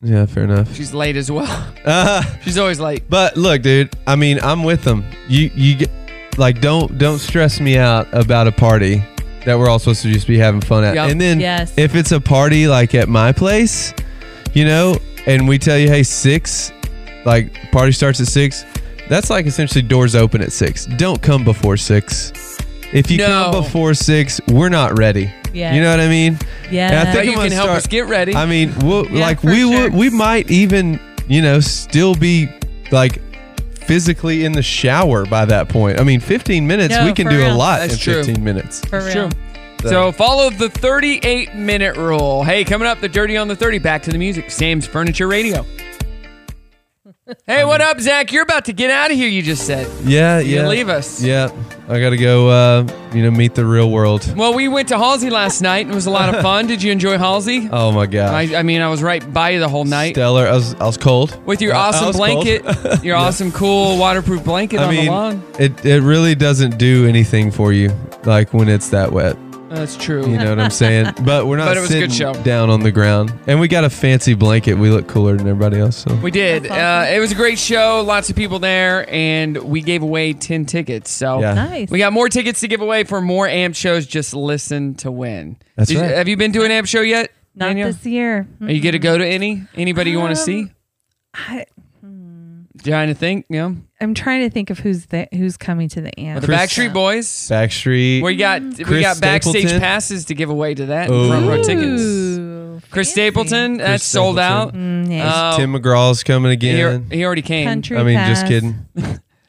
K: Yeah, fair enough.
A: She's late as
K: [LAUGHS]
A: well.
K: Uh,
A: She's always late.
K: But look, dude. I mean, I'm with them. You you get like don't don't stress me out about a party that we're all supposed to just be having fun at.
A: Yep.
K: And then
A: Yes.
K: if it's a party like at my place, you know, and we tell you, hey, six, like party starts at six. That's like essentially doors open at six. Don't come before six. If you
A: No.
K: come before six, we're not ready.
A: Yes.
K: You know what I mean?
A: Yes.
K: And I
A: But
K: think
A: you
K: I'm gonna
A: can help us get ready.
K: I mean, we'll,
A: Yeah,
K: like
A: for
K: we would, we might even, you know, still be like physically in the shower by that point. I mean, 15 minutes,
A: No,
K: we can
A: for
K: do a
A: real.
K: lot
A: That's
K: in
A: true.
K: 15 minutes.
G: For
A: It's
G: real.
A: True. So. follow the 38 minute rule. Hey, coming up, the Dirty on the 30. Back to the music. Sam's Furniture
K: [LAUGHS]
A: Radio. Hey, what up, Zach? You're about to get out of here. You just said.
K: Yeah,
A: You
K: yeah.
A: leave us.
K: Yeah. I got to go, uh, you know, meet the real world.
A: Well, we went to Halsey last night. and It was a lot of
K: [LAUGHS]
A: fun. Did you enjoy Halsey?
K: Oh my God.
A: I, I mean, I was right by you the whole night
K: Stellar. I was, I was cold.
A: with your
K: Uh, I- I
A: awesome
K: was cold.
A: blanket,
K: [LAUGHS]
A: your awesome, cool waterproof blanket on the lawn.
K: it, it really doesn't do anything for you, like when it's that wet.
A: That's true.
K: You know what
A: [LAUGHS]
K: I'm saying? But we're not
A: But it was a
K: sitting
A: good show.
K: down on the ground. And we got a fancy blanket. We look cooler than everybody else. So.
A: We did. Uh, it was a great show. Lots of people there, and we gave away ten tickets. So
K: Yeah. Nice.
A: We got more tickets to give away for more AMP shows. Just listen to win.
K: That's
A: Did-
K: right.
A: Have you been to an AMP show yet?
G: Not
A: Danielle?
G: this year.
A: Are you going to go to any? Anybody you want to see? Hmm.
G: I,
A: Trying to think. Yeah.
G: I'm trying to think of who's the, who's coming to the amp.
A: The Backstreet Boys.
K: Backstreet.
A: We got we
K: Chris
A: got backstage
K: Stapleton.
A: passes to give away to that and front row
K: Ooh.
A: tickets. Chris Stapleton, that's sold out.
G: Mm,
K: Stapleton.
A: Uh,
K: Tim McGraw's coming
A: he,
K: again.
A: he already came.
G: Country
K: I mean, just
G: Pass.
K: kidding.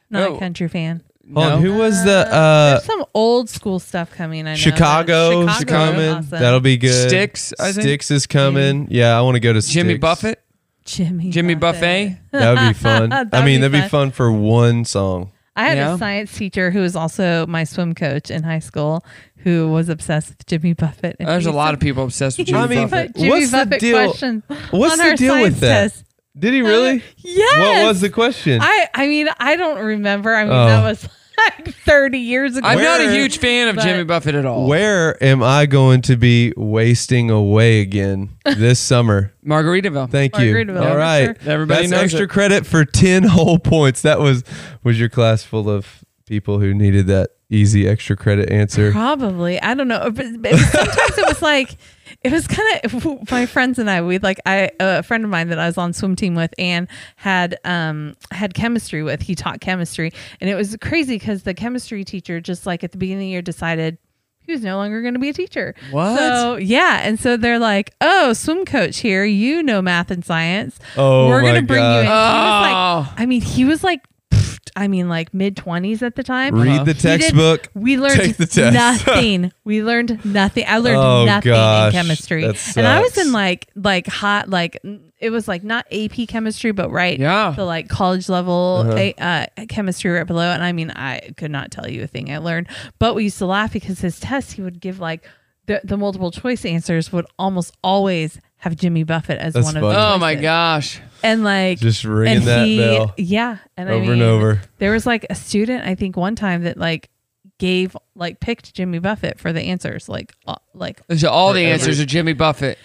G: Not
A: Oh.
G: a country fan.
K: Hold on, who was the uh,
G: There's some old school stuff coming. I know.
K: Chicago,
G: Chicago's
K: coming?
G: awesome.
K: That'll be good.
A: Styx, I think.
K: Sticks is coming. Yeah, I want to go to
A: Jimmy
K: Styx.
A: Buffett.
G: Jimmy.
A: Jimmy Buffet.
K: [LAUGHS] That
A: [LAUGHS]
K: would
G: [LAUGHS]
K: be fun.
G: That'd
K: I mean,
G: be
K: that'd be
G: fun.
K: fun for one song.
G: I had
K: Yeah.
G: a science teacher who was also my swim coach in high school who was obsessed with Jimmy Buffett. and
A: There's
G: he
A: a lot of
G: used to
A: people obsessed with
G: he
A: Jimmy
G: used to
A: Buffett.
G: put [LAUGHS] Jimmy
K: What's the
G: Buffett
K: deal-
G: questions
K: What's
G: on
K: the
G: our
K: deal
G: science
K: with that?
G: test.
K: Did he really?
G: Yes.
K: What was the question?
G: I I mean I don't remember. I mean
K: Oh.
G: that was [LAUGHS] like 30 years ago.
A: I'm not a huge fan of
G: But-
A: Jimmy Buffett at all.
K: Where am I going to be wasting away again this summer?
A: Margaritaville.
K: Thank you.
A: Margaritaville.
K: All right.
A: Everybody
K: That's
A: knows
K: extra
A: it.
K: credit for 10 whole points. That was was your class full of people who needed that easy extra credit answer.
G: Probably. I don't know. But, but sometimes it was like, it was kind of [LAUGHS] my friends and I. We'd like I a friend of mine that I was on swim team with and had um had chemistry with. He taught chemistry, and it was crazy because the chemistry teacher just like at the beginning of the year decided he was no longer going to be a teacher.
A: What?
G: So yeah, and so they're like, "Oh, swim coach here. You know math and science.
K: Oh,
G: we're gonna
K: my
G: bring
K: God.
G: you in." He was
A: Oh.
G: like, I mean, he was like. pfft, I mean, like mid twenties at the time.
K: Read
G: He
K: the
G: did-
K: textbook.
G: We learned
K: Take the test. [LAUGHS]
G: nothing. We learned nothing. I learned
K: Oh,
G: nothing
K: gosh,
G: in chemistry,
K: that
G: and I was
K: sucks.
G: in like like hot like n- it was like not AP chemistry, but right
A: Yeah.
G: the like college level
A: Uh-huh.
G: a- uh, chemistry right below. And I mean, I could not tell you a thing I learned, but we used to laugh because his tests he would give like the, the multiple choice answers would almost always have Jimmy Buffett as
K: That's
G: one of
K: funny.
G: the
K: Oh,
A: Oh my
G: choices.
A: gosh.
G: and like
K: Just ringing
G: and
K: that bell
G: yeah and I
K: over
G: mean,
K: and over.
G: there was like a student i think one time that like gave like picked jimmy buffett for the answers like uh, like
A: These are all the
G: Forever.
A: answers are Jimmy Buffett.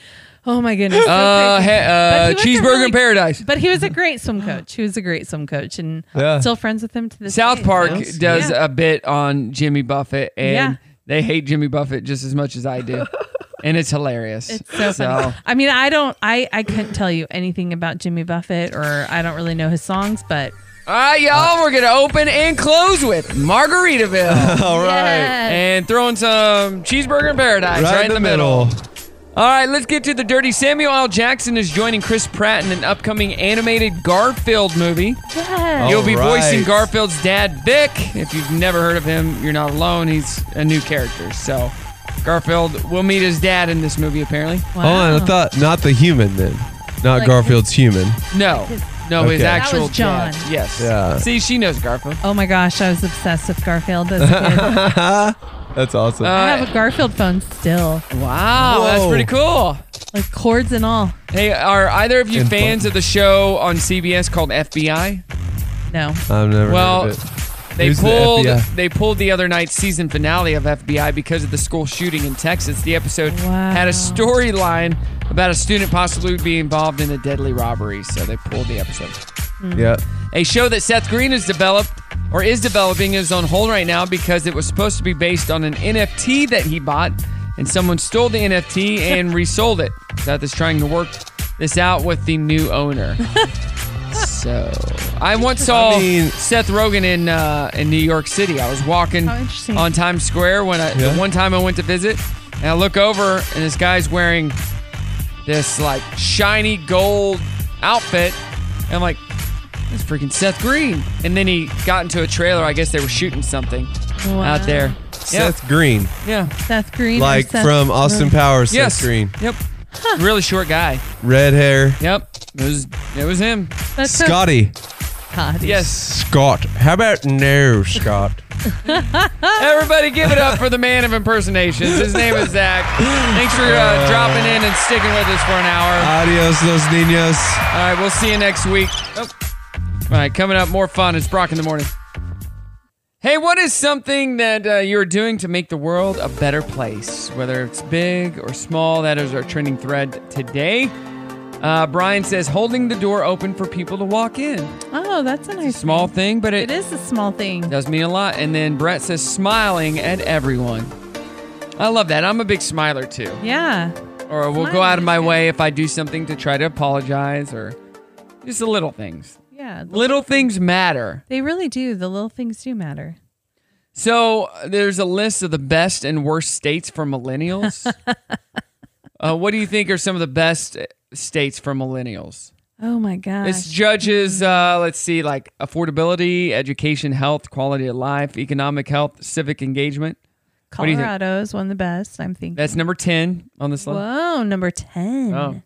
G: oh my goodness
A: [LAUGHS]
G: so
A: Uh,
G: crazy.
A: he- uh,
G: But he was a
A: cheeseburger in paradise.
G: but he was a
A: [GASPS]
G: great swim coach he was a great swim coach and
A: Yeah.
G: still friends with him to this
A: South
G: day,
A: Park
G: so-
A: does uh,
G: yeah.
A: a bit on Jimmy Buffett, and
G: Yeah.
A: they hate Jimmy Buffett just as much as I
G: [LAUGHS]
A: do, and it's hilarious.
G: It's so funny. I mean, I don't, I, I couldn't tell you anything about Jimmy Buffett, or I don't really know his songs, but
A: All right, y'all, we're gonna open and close with Margaritaville.
G: [LAUGHS]
K: All right.
G: Yes.
A: and throwing some cheeseburger in paradise right, in the middle. All right, let's get to the dirty. Samuel L. Jackson is joining Chris Pratt in an upcoming animated Garfield movie.
G: Yes.
A: You'll be
K: All right.
A: voicing Garfield's dad, Vic. If you've never heard of him, you're not alone. He's a new character. So, Garfield will meet his dad in this movie, apparently.
K: Oh, Hold on, I thought not the human then. Not
A: Like-
K: Garfield's human.
A: No, no, his
K: Okay. That
A: actual
G: was John.
A: dad. Yes.
K: Yeah.
A: See, she knows Garfield.
G: oh my gosh, I was obsessed with Garfield as a kid.
A: [LAUGHS]
K: That's awesome.
A: Uh,
G: I have a Garfield phone still.
A: Wow, that's pretty cool.
G: Like cords and all.
A: Hey, are either of you
K: And
A: fans of the show on CBS called FBI?
G: No.
K: I've never
A: well,
K: heard of it.
A: they
K: Who's the
A: pulled
K: FBI?
A: they pulled the other night's season finale of FBI because of the school shooting in Texas. The episode had a storyline about a student possibly being involved in a deadly robbery, so they pulled the episode. hmm.
K: Yeah.
A: A show that Seth Green has developed or is developing is on hold right now because it was supposed to be based on an NFT that he bought, and someone stole the NFT and resold it. Seth is trying to work this out with the new owner. so I once saw Seth Rogen in uh, in New York City. I was walking
G: How interesting.
A: on Times Square when I
K: Yeah.
A: the one time I went to visit, and I look over and this guy's wearing this like shiny gold outfit. And I'm like, it's freaking Seth Green. And then he got into a trailer. I guess they were shooting something
G: Wow.
A: out there.
K: Seth Green.
A: Yeah.
G: Seth Green. or
K: Like
G: Seth
K: from Austin
G: Rogen?
K: Powers, Seth
A: Yes.
K: Green.
A: Yep. Really short guy. [LAUGHS]
K: Red hair.
A: Yep. It was it was him.
G: That's so-
K: Scotty.
G: God.
A: Yes.
K: Scott. How about no, Scott?
A: Everybody give it up for the man of impersonations. His name is Zach. Thanks for uh, dropping in and sticking with us for an hour.
K: Adios, los niños.
A: All right, we'll see you next week. Oh. All right, coming up more fun. It's Brock in the morning. Hey, what is something that uh, you're doing to make the world a better place? Whether it's big or small, that is our trending thread today. Uh, Brian says holding the door open for people to walk in.
G: Oh, that's a nice
A: Small thing, but
G: It is a small thing.
A: does mean a lot. And then Brett says, smiling at everyone. I love that. I'm a big smiler too.
G: Yeah.
A: Or we'll go
G: Smiling
A: out of
G: is
A: my
G: good.
A: way if I do something to try to apologize or just the little things.
G: Yeah. the-
A: Little things matter.
G: They really do. The little things do matter.
A: So uh, there's a list of the best and worst states for
G: [LAUGHS]
A: millennials. uh, what do you think are some of the best uh, states for millennials?
G: Oh my gosh.
A: It's judges, uh, let's see, like affordability, education, health, quality of life, economic health, civic engagement. What do you think?
G: Colorado is one of the best, I'm thinking.
A: That's number 10 on this list.
G: Whoa, number 10.
A: Oh.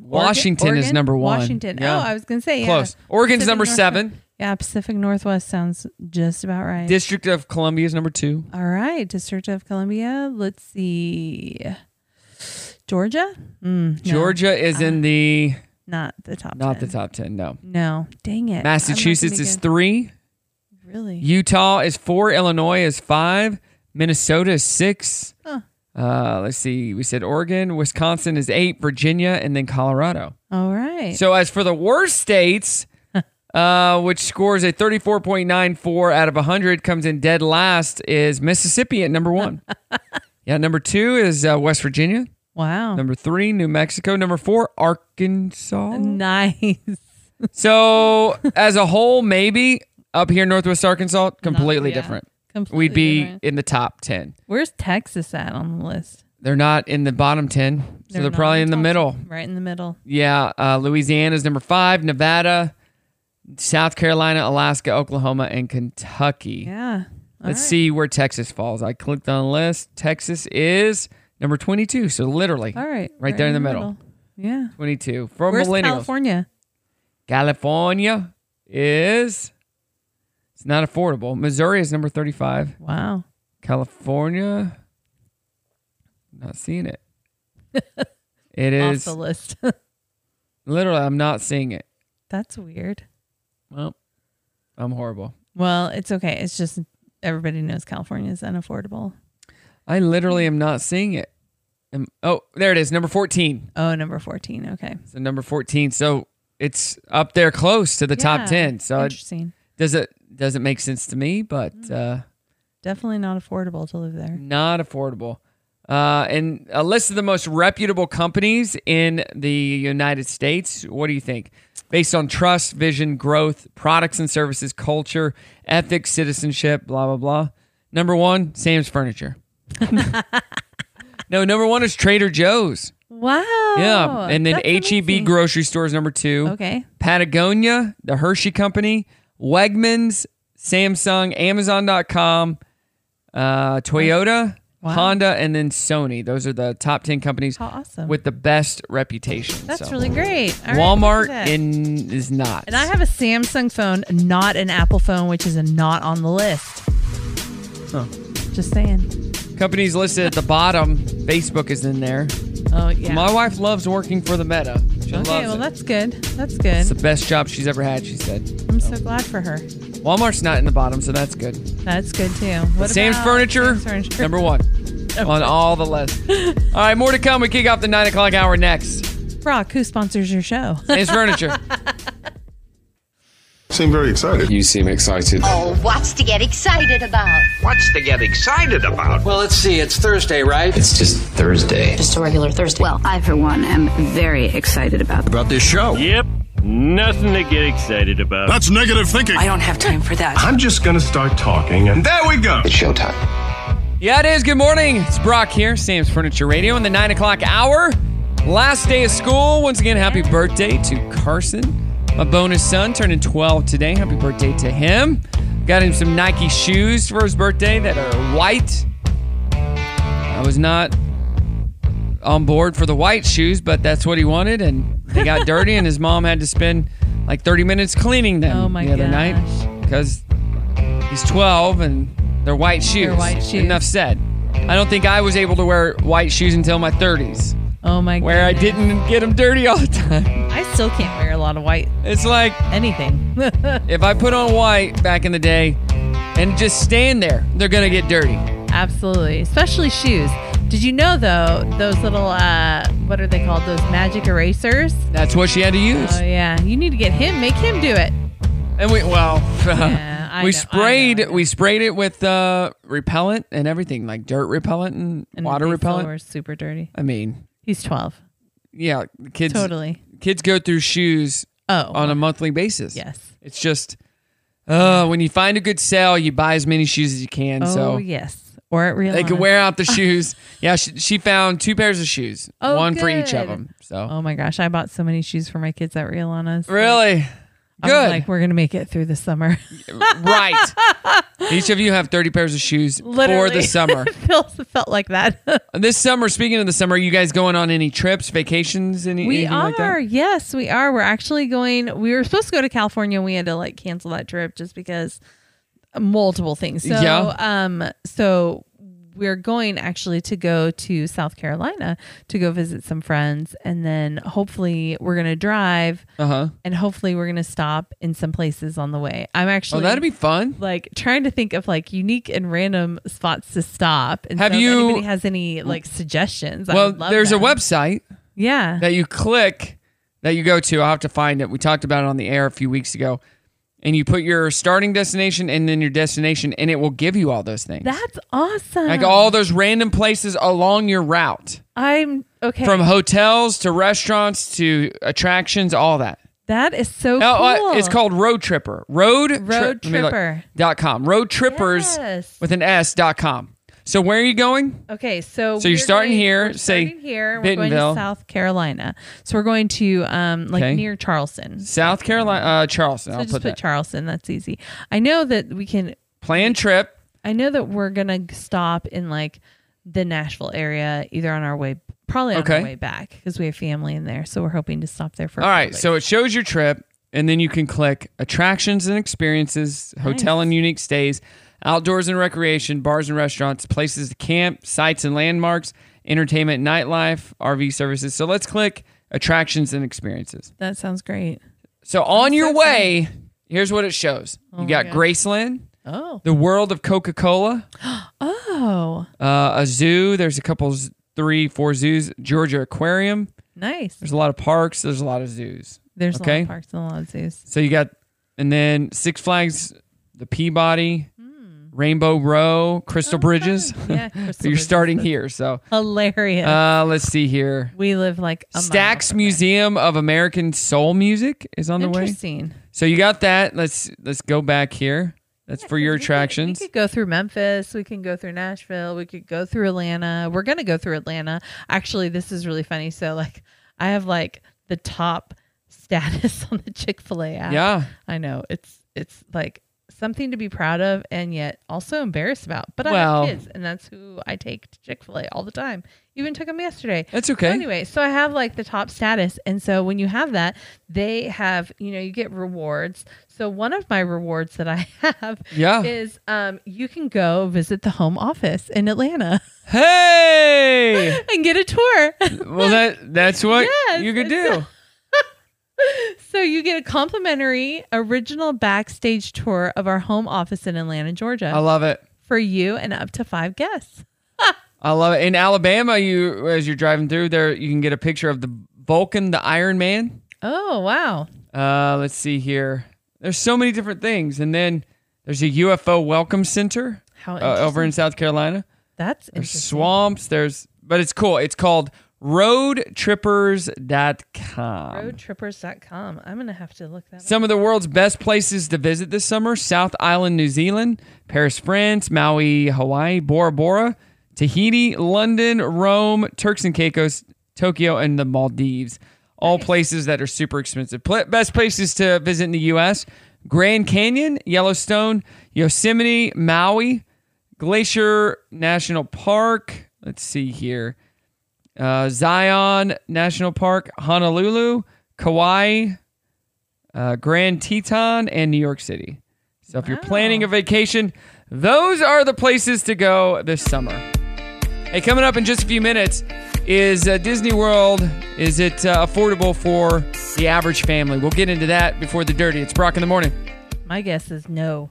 A: Washington is
G: Mm. Oregon?
A: number one.
G: Washington.
A: Yeah.
G: Oh, I was going to say, yeah.
A: Close. Oregon's number
G: Northwest.
A: seven.
G: Yeah, Pacific Northwest sounds just about right.
A: District of Columbia is number two.
G: All right, District of Columbia. Let's see. Georgia? Mm, no, Uh,
A: Georgia is in the
G: not the top.
A: not
G: 10.
A: the top 10, no.
G: No, dang it. I'm not gonna
A: Massachusetts
G: be
A: is
G: good.
A: three.
G: Really?
A: Utah is four. Illinois is five. Minnesota is six.
G: Huh.
A: Uh, let's see. We said Oregon, Wisconsin is eight, Virginia, and then Colorado.
G: All right.
A: So as for the worst
G: [LAUGHS]
A: states, uh, which scores a 34.94 out of 100, comes in dead last is Mississippi at number
G: [LAUGHS]
A: one. yeah, number two is uh, West Virginia.
G: Wow.
A: Number three, New Mexico. Number four, Arkansas.
G: [LAUGHS] Nice. [LAUGHS]
A: so as a whole, maybe up here in Northwest Arkansas, completely
G: yeah.
A: different.
G: Completely
A: We'd be
G: different.
A: in the top ten.
G: Where's Texas at on the list?
A: They're not in the bottom ten, so they're,
G: They're not
A: probably in the
G: top
A: middle.
G: ten, Right in the middle.
A: Yeah, uh, Louisiana's number five, Nevada, South Carolina, Alaska, Oklahoma, and Kentucky.
G: Yeah. All
A: Let's
G: right.
A: see where Texas falls. I clicked on the list. Texas is number 22, so literally
G: All right.
A: right, there in the middle.
G: Yeah.
A: 22 for
G: Where's
A: millennials.
G: California?
A: California is it's not affordable. Missouri is number 35.
G: Wow.
A: California not seeing
G: [LAUGHS]
A: it. it is
G: off the list. [LAUGHS]
A: literally I'm not seeing it.
G: That's weird.
A: Well, I'm horrible.
G: Well, it's okay. It's just everybody knows California is unaffordable.
A: I literally am not seeing it. Um, oh, there it is, number 14.
G: Oh, number 14. Okay.
A: So number 14. So it's up there close to the
G: Yeah,
A: top 10. So it-
G: interesting.
A: does it doesn't make sense to me, but
G: Mm.
A: uh
G: Definitely not affordable to live there.
A: not affordable. Uh, and a list of the most reputable companies in the United States. What do you think? Based on trust, vision, growth, products and services, culture, ethics, citizenship, blah, blah, blah. Number one, Sam's
G: [LAUGHS]
A: Furniture. no, number one is Trader Joe's.
G: Wow.
A: yeah. And then
G: Oh,
A: E
G: that's
A: HEB
G: amazing.
A: grocery stores, number two.
G: Okay.
A: Patagonia, the Hershey Company, Wegmans, Samsung, Amazon.com, uh, Toyota,
G: Wow.
A: Honda, and then Sony. Those are the top 10 companies
G: How awesome.
A: with the best reputation.
G: That's
A: So,
G: really great. All right,
A: Walmart
G: look at that.
A: in, is not.
G: And I have a Samsung phone, not an Apple phone, which is not on the list. Just saying.
A: Companies listed at the bottom. Facebook is in there.
G: Oh, yeah.
A: My wife loves working for the Meta. She
G: okay,
A: loves
G: well,
A: it.
G: that's good. That's
A: It's the
G: good.
A: best job she's ever had, she said.
G: I'm so glad for her.
A: Walmart's not in the bottom, so that's good.
G: That's good, too.
A: But
G: What
A: Sam's
G: about
A: Furniture,
G: Sam's Furniture? Oh.
A: number one
G: [LAUGHS]
A: on all the lists. All right, more to come. We kick off the nine o'clock hour next.
G: Brock, who sponsors
A: [LAUGHS]
G: your show?
A: Sam's
G: [LAUGHS]
A: Furniture.
O: Seem very excited. You seem excited.
N: Oh, what's to get excited about?
B: What's to get excited about? Well, let's see. It's Thursday, right? It's just Thursday.
P: Just a regular Thursday. Well, I, for one, am very excited about
B: About this show. Yep. Nothing to get excited about.
P: That's
B: negative thinking.
P: I don't have time for that.
O: I'm just gonna start talking, and there we go. It's showtime.
A: yeah, it is. Good morning. It's Brock here, Sam's Furniture Radio, in the nine o'clock hour. Last day of school. Once again, happy birthday to Carson, my bonus son, turning 12 today. Happy birthday to him. Got him some Nike shoes for his birthday that are white. I was not on board for the white shoes, but that's what he wanted, and they got dirty, and his mom had to spend like 30 minutes cleaning them
G: Oh my
A: the other night because he's 12 and they're white shoes.
G: white shoes.
A: Enough said. I don't think I was able to wear white shoes until my 30s,
G: Oh, my
A: where I
G: goodness.
A: didn't get them dirty all the [LAUGHS] time.
G: I still can't wear a lot of white
A: It's like
G: anything. [LAUGHS]
A: if I put on white back in the day and just stand there, they're gonna get dirty.
G: Absolutely, especially shoes. Did you know though those little uh, what are they called? Those magic erasers.
A: That's what she had to use.
G: Oh yeah, you need to get him, make him
A: [COUGHS]
G: do it.
A: And we well, [LAUGHS]
G: I
A: we
G: know, I
A: sprayed we sprayed it with uh, repellent and everything, like dirt repellent and, water
G: they still
A: repellent.
G: were super dirty.
A: I mean,
G: he's twelve.
A: Yeah, the kids
G: Totally.
A: kids go through shoes
G: Oh,
A: on a monthly basis.
G: Yes.
A: it's just uh, when you find a good sale, you buy as many shoes as you can.
G: oh
A: so
G: yes, or at real.
A: they could wear out
G: [LAUGHS]
A: the shoes. yeah, she, she found two pairs of shoes, one
G: Oh,
A: for each of
G: good.
A: them. So
G: Oh my gosh, I bought so many shoes for my kids at Realana's.
A: really
G: I
A: good, [LAUGHS]
G: was like we're gonna make it through the summer. [LAUGHS]
A: right? [LAUGHS] Each of you have thirty pairs of shoes
G: Literally,
A: for the
G: [LAUGHS]
A: summer.
G: It felt, it felt like that. [LAUGHS]
A: This summer, speaking of the summer, are you guys going on any trips, vacations, any,
G: We
A: anything
G: are.
A: like that?
G: Yes, we are. We're actually going. We were supposed to go to California. and We had to like cancel that trip just because multiple things. So,
A: Yeah.
G: um, so we're going actually to go to South Carolina to go visit some friends, and then hopefully we're gonna drive,
A: Uh-huh.
G: and hopefully we're gonna stop in some places on the way. I'm actually
A: Oh, that'd be fun.
G: Like trying to think of like unique and random spots to stop. And
A: Have
G: so if
A: you-
G: anybody has any like suggestions? I
A: Well,
G: would love
A: there's
G: them.
A: a website.
G: Yeah.
A: That you click, that you go to. I'll have to find it. We talked about it on the air a few weeks ago. And you put your starting destination and then your destination, and it will give you all those things.
G: That's awesome.
A: like all those random places along your route
G: I'm okay.
A: from hotels to restaurants to attractions, all that.
G: That is so
A: Oh, uh,
G: cool.
A: it's called Road Tripper. Road, tri- let
G: Road
A: me look.
G: Tripper.
A: dot com. Road Trippers
G: Yes.
A: with an S dot com. So where are you going?
G: Okay, so
A: So you're
G: we're
A: starting
G: going-
A: here,
G: we're
A: say
G: starting here. We're going
A: Bentonville.
G: to South Carolina, so we're going to um like
A: Okay.
G: near Charleston.
A: South Carolina, uh, Charleston.
G: So
A: I'll
G: just
A: put,
G: put,
A: that.
G: Charleston. That's easy. I know that we can
A: Plan trip.
G: I know that we're gonna stop in like the Nashville area, either on our way, probably on
A: Okay.
G: our way back, because we have family in there. So we're hoping to stop there for.
A: All right, so it shows your trip, and then you can click attractions and experiences, hotel and unique stays, outdoors and recreation, bars and restaurants, places to camp, sites and landmarks, entertainment, nightlife, RV services. So let's click attractions and experiences.
G: that sounds great.
A: So on your way, here's what it shows. You got Graceland,
G: Oh.
A: the world of Coca Cola,
G: Oh,
A: uh, a zoo. There's a couple, z- three, four zoos. Georgia Aquarium.
G: nice.
A: There's a lot of parks. There's a lot of zoos.
G: There's a lot
A: okay?
G: of parks and a lot of zoos.
A: So you got, and then Six Flags, the Peabody, Rainbow Row, Crystal Bridges.
G: Oh,
A: [LAUGHS]
G: Yeah,
A: So
G: Crystal
A: you're
G: Bridges.
A: starting here. So
G: Hilarious.
A: uh, let's see here.
G: we live like a
A: Stax Museum of American Soul Music is on the way.
G: Interesting.
A: So you got that. Let's let's go back here. That's for your attractions.
G: We could go through Memphis. We can go through Nashville. We could go through Atlanta. We're gonna go through Atlanta. Actually, this is really funny. So like, I have like the top status [LAUGHS] on the Chick Fil A app.
A: Yeah.
G: I know it's it's like something to be proud of and yet also embarrassed about. But
A: Well-
G: I have kids, and that's who I take to Chick Fil A all the time. Even took them yesterday.
A: That's okay.
G: So anyway, so I have like the top status, and so when you have that, they have you know you get rewards. So one of my rewards that I [LAUGHS] have
A: Yeah.
G: is um, you can go visit the home office in Atlanta [LAUGHS]
A: Hey.
G: and get a tour. [LAUGHS]
A: well, that that's what
G: Yes,
A: you could
G: it's-
A: do.
G: so you get a complimentary original backstage tour of our home office in Atlanta, Georgia.
A: I love it.
G: for you and up to five guests.
A: I love it. In Alabama, you as you're driving through there, you can get a picture of the Vulcan, the Iron Man.
G: Oh wow!
A: Uh, let's see here. There's so many different things, and then there's a UFO welcome center uh,
G: How
A: over in
G: interesting.
A: South Carolina.
G: That's
A: There's swamps. There's but it's cool. It's called RoadTrippers.com.
G: Roadtrippers.com. I'm gonna have to look that.
A: Some of the world's best places to visit this summer South Island, New Zealand, Paris, France, Maui, Hawaii, Bora Bora, Tahiti, London, Rome, Turks and Caicos, Tokyo, and the Maldives. All places that are super expensive. Pla best places to visit in the U.S. Grand Canyon, Yellowstone, Yosemite, Maui, Glacier National Park. Let's see here. Uh, Zion National Park, Honolulu, Kauai, uh, Grand Teton, and New York City. So if you're planning a vacation, those are the places to go this summer. Hey, coming up in just a few minutes is uh, Disney World. Is it uh, affordable for the average family? We'll get into that before the dirty. It's Brock in the morning.
G: My guess is no.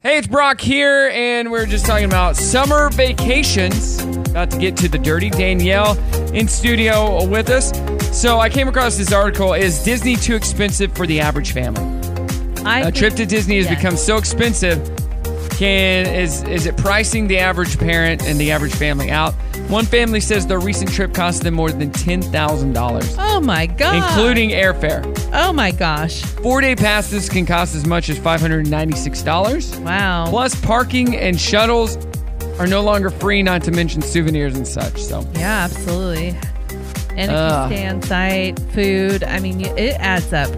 A: Hey, it's Brock here, and we're just talking about summer vacations. About to get to the dirty. Danielle in studio with us. So I came across this article: Is Disney too expensive for the average family?
G: I
A: A
G: think-
A: trip to Disney has
G: yes.
A: become so expensive. Can is is it pricing the average parent and the average family out? One family says their recent trip cost them more than ten thousand dollars,
G: Oh my god!
A: including airfare.
G: Oh my gosh!
A: Four day passes can cost as much as five hundred ninety six dollars.
G: Wow!
A: Plus, parking and shuttles are no longer free. Not to mention souvenirs and such. So
G: Yeah, absolutely. And if
A: Ugh.
G: you stay on site, food. I mean, you- it adds up.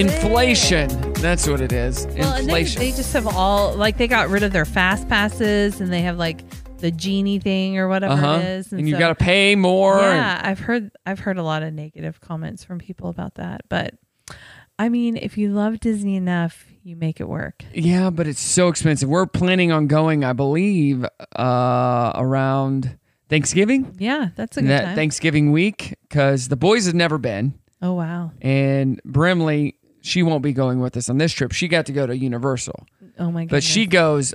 A: inflation. That's what it is.
G: Well, and they,
A: inflation.
G: they just have all like they got rid of their fast passes, and they have like the genie thing or whatever
A: Uh-huh.
G: it is,
A: And you
G: so-
A: gotta pay more and-
G: Yeah, I've heard I've heard a lot of negative comments from people about that, but I mean, if you love Disney enough, you make it work.
A: Yeah, but it's so expensive. We're planning on going, I believe, uh, around Thanksgiving.
G: Yeah, that's a good
A: that
G: time.
A: Thanksgiving week, because the boys have never been,
G: Oh wow.
A: and Brimley she won't be going with us on this trip. She got to go to Universal,
G: Oh my god.
A: but she goes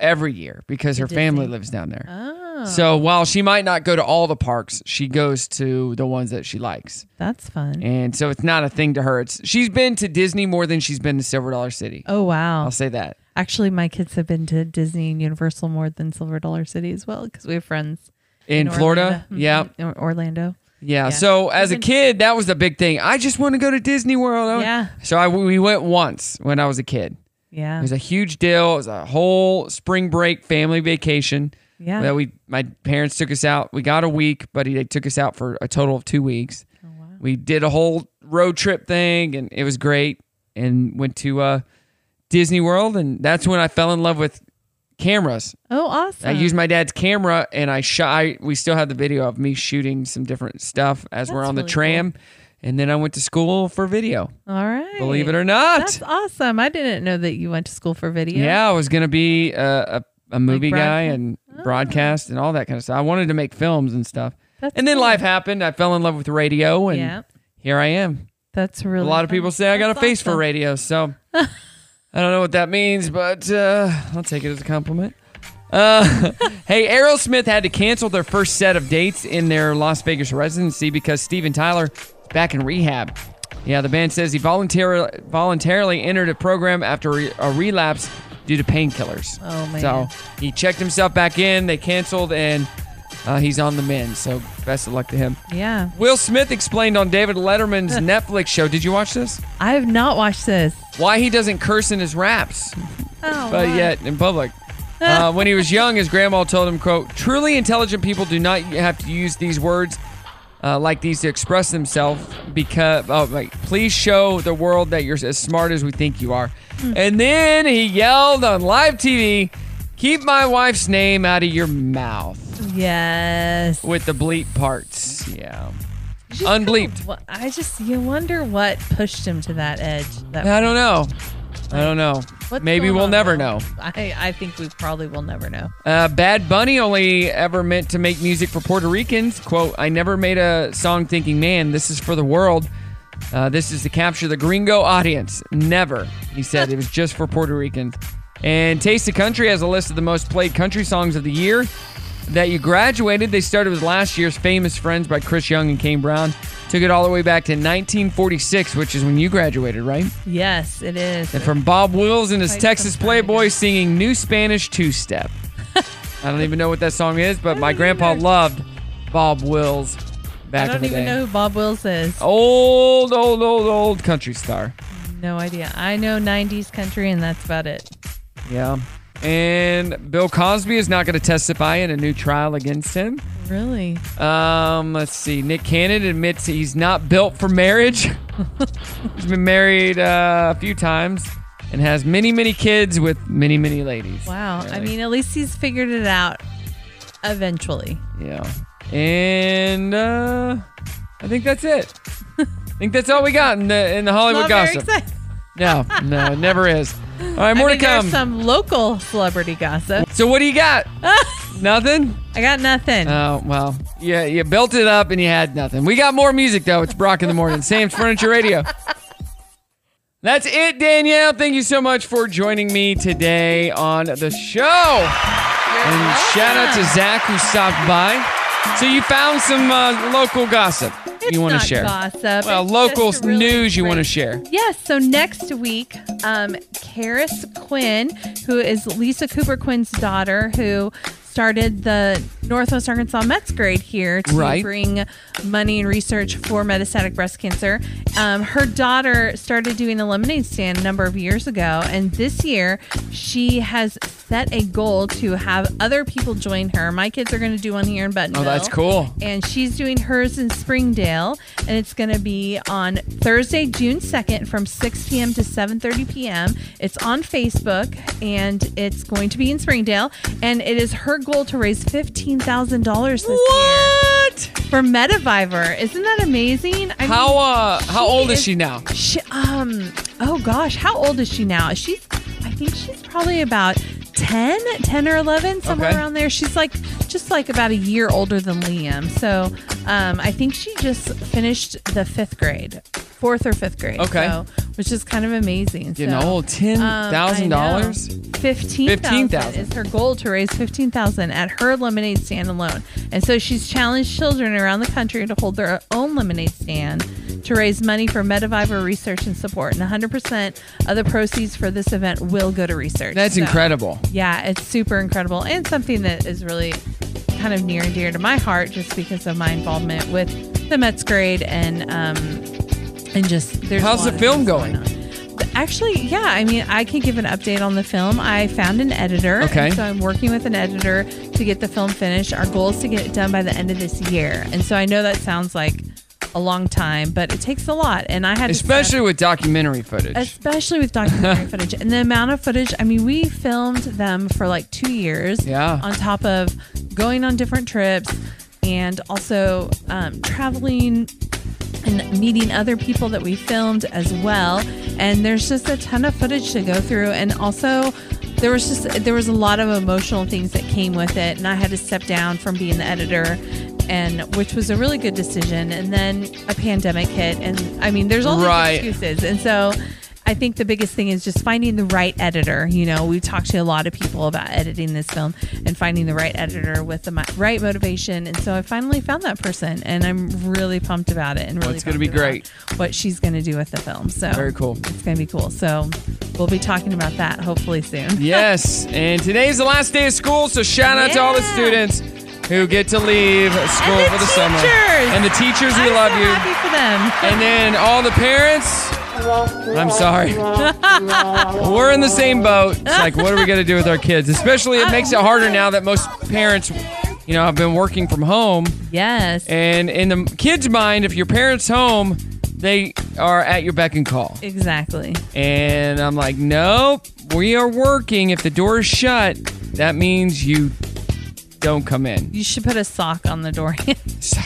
A: every year because
G: To
A: her family
G: Disney.
A: lives down there.
G: Oh.
A: So while she might not go to all the parks, she goes to the ones that she likes.
G: that's fun.
A: And so it's not a thing to her. It's she's been to Disney more than she's been to Silver Dollar City.
G: Oh wow.
A: I'll say that.
G: Actually, my kids have been to Disney and Universal more than Silver Dollar City as well because we have friends
A: In Florida?
G: Orlando. Mhm, in Orlando.
A: Yeah.
G: Yeah.
A: So as a kid, that was the big thing. I just want to go to Disney World. I-
G: Yeah.
A: So I, we went once when I was a kid.
G: Yeah.
A: It was a huge deal. It was a whole spring break family vacation.
G: Yeah.
A: That we my parents took us out. We got a week, but they took us out for a total of two weeks.
G: Oh,
A: We did a whole road trip thing, and it was great. And went to uh, Disney World, and that's when I fell in love with cameras.
G: Oh, awesome.
A: I used my dad's camera and I shot. I, we still have the video of me shooting some different stuff as we're
G: That's
A: on the
G: really
A: tram. And then I went to school for video.
G: All right.
A: Believe it or not.
G: That's awesome. I didn't know that you went to school for video.
A: Yeah, I was going to be a, a, a movie guy
G: broadcast? oh.
A: and broadcast and all that kind of stuff. I wanted to make films and stuff.
G: That's
A: and then
G: cool.
A: life happened. I fell in love with radio and
G: Yeah.
A: here I am.
G: That's
A: A
G: really
A: lot of people say I got a face for radio. So I don't know what that means, but uh, I'll take it as a compliment. Uh, [LAUGHS] hey, Aerosmith had to cancel their first set of dates in their Las Vegas residency because Steven Tyler is back in rehab. Yeah, the band says he voluntarily voluntarily entered a program after re- a relapse due to painkillers.
G: Oh, man.
A: So he checked himself back in. They canceled, and uh, he's on the mend. So best of luck to him.
G: Yeah.
A: Will Smith explained on David Letterman's Netflix show. Did you watch this?
G: I have not watched this.
A: Why he doesn't curse in his raps,
G: Oh,
A: but
G: wow.
A: yet in public. Uh, when he was young, his grandma told him, "quote Truly intelligent people do not have to use these words uh, like these to express themselves. Because, oh, like, please show the world that you're as smart as we think you are." And then he yelled on live TV, "Keep my wife's name out of your mouth."
G: Yes.
A: With the bleep parts, yeah, unbleeped.
G: Wha- I just you wonder what pushed him to that edge. That
A: I don't know. I don't know.
G: What's
A: Maybe
G: going
A: we'll
G: on,
A: never know.
G: I I think we probably will never know.
A: Uh, Bad Bunny only ever meant to make music for Puerto Ricans. Quote, I never made a song thinking, man, this is for the world. Uh, this is to capture the gringo audience. Never. He said
G: [LAUGHS]
A: it was just for Puerto Ricans. And Taste of Country has a list of the most played country songs of the year that you graduated. They started with last year's Famous Friends by Chris Young and Kane Brown. Took it all the way back to 1946, which is when you graduated, right?
G: Yes, it is.
A: And from Bob Wills and his
G: Quite
A: Texas Playboy singing New Spanish Two Step. I don't even know what that song is, but my grandpa loved Bob Wills
G: I
A: back in
G: don't
A: the
G: even
A: day.
G: know who Bob Wills is.
A: Oh. Old, old, old, old country star.
G: No idea. I know '90s country, and that's about it.
A: Yeah. And Bill Cosby is not going to testify in a new trial against him.
G: Really?
A: Um, let's see. Nick Cannon admits he's not built for marriage. [LAUGHS] he's been married uh, a few times and has many, many kids with many, many ladies.
G: Wow. I
A: apparently.
G: mean, at least he's figured it out eventually.
A: Yeah. And uh, I think that's it. [LAUGHS] I think that's all we got in the in the Hollywood
G: Not very
A: gossip.
G: exciting.
A: No, no, it never is. All right, more
G: I mean,
A: to
G: there's
A: come.
G: Some local celebrity gossip.
A: So what do you
G: [LAUGHS]
A: got? nothing.
G: I got nothing.
A: Oh well, yeah, you built it up and you had nothing. We got more music though. It's Brock in the morning. [LAUGHS] Sam's Furniture Radio. That's it, Danielle. Thank you so much for joining me today on the show. and shout out to Zach who stopped by. So you found some uh, local gossip you want to
G: not
A: share.
G: gossip.
A: Well,
G: It's
A: local
G: just really
A: news you want to share.
G: Yes. So next week, um, Karis Quinn, who is Lisa Cooper Quinn's daughter, who started the Northwest Arkansas Mets grade here to
A: Right.
G: bring money and research for metastatic breast cancer. Um, her daughter started doing the lemonade stand a number of years ago, and this year she has set a goal to have other people join her. My kids are going to do one here in Buttonville.
A: Oh, that's cool.
G: And she's doing hers in Springdale, and it's going to be on Thursday, June 2nd from 6 p.m. to 7:30 p.m. It's on Facebook and it's going to be in Springdale, and it is her goal to raise $15,000 this year.
A: What?
G: For Metaviver. Isn't that amazing? I
A: How
G: mean,
A: uh how old is she now?
G: She, um, oh gosh, how old is she now? She's, I think she's probably about 10, 10 or 11, somewhere
A: Okay.
G: around there. She's like, just like about a year older than Liam. So, um, I think she just finished the fifth grade, fourth or fifth grade.
A: Okay.
G: So, which is kind of amazing.
A: Getting
G: so,
A: old. $10,000?
G: um, I know. $15,000
A: $15,000.
G: is her goal to raise 15000 at her lemonade stand alone. And so she's challenged children around the country to hold their own lemonade stand to raise money for Metaviver research and support. And 100% of the proceeds for this event will go to research.
A: That's
G: So,
A: incredible.
G: Yeah, it's super incredible and something that is really kind of near and dear to my heart just because of my involvement with the Mets grade and um, and just there's a
A: How's
G: lot
A: the
G: of
A: film going?
G: Actually, yeah. I mean, I can give an update on the film. I found an editor. and
A: Okay.
G: so I'm working with an editor to get the film finished. Our goal is to get it done by the end of this year. And so I know that sounds like a long time, but it takes a lot. And I had to set
A: Especially with documentary footage.
G: [LAUGHS] Especially
A: [LAUGHS]
G: with documentary footage. And the amount of footage, I mean, we filmed them for like two years.
A: Yeah.
G: On top of going on different trips and also um, traveling and meeting other people that we filmed as well. And there's just a ton of footage to go through. And also, there was just there was a lot of emotional things that came with it, and I had to step down from being the editor, and which was a really good decision. And then a pandemic hit, and I mean, there's all these
A: Right.
G: excuses, and so. I think the biggest thing is just finding the right editor. You know, we talked to a lot of people about editing this film and finding the right editor with the mi- right motivation. And so I finally found that person, and I'm really pumped about it and really
A: it's going to be great.
G: what she's going to do with the film. So
A: Very cool.
G: It's going to be cool. So we'll be talking about that hopefully soon.
A: Yes. And today's the last day of school, so shout out to all the students who get to leave school
G: And the
A: for the summer.
G: teachers.
A: And the teachers, we
G: [LAUGHS] I'm
A: love
G: so
A: you.
G: happy for them.
A: And then all the parents, I'm sorry. [LAUGHS] We're in the same boat. It's like, what are we going to do with our kids? Especially, it makes it harder now that most parents, you know, have been working from home.
G: Yes.
A: And in the kids' mind, if your parents' home, they are at your beck and call.
G: Exactly.
A: And I'm like, nope, we are working. If the door is shut, that means you don't come in.
G: You should put a sock on the door. [LAUGHS]
A: sock.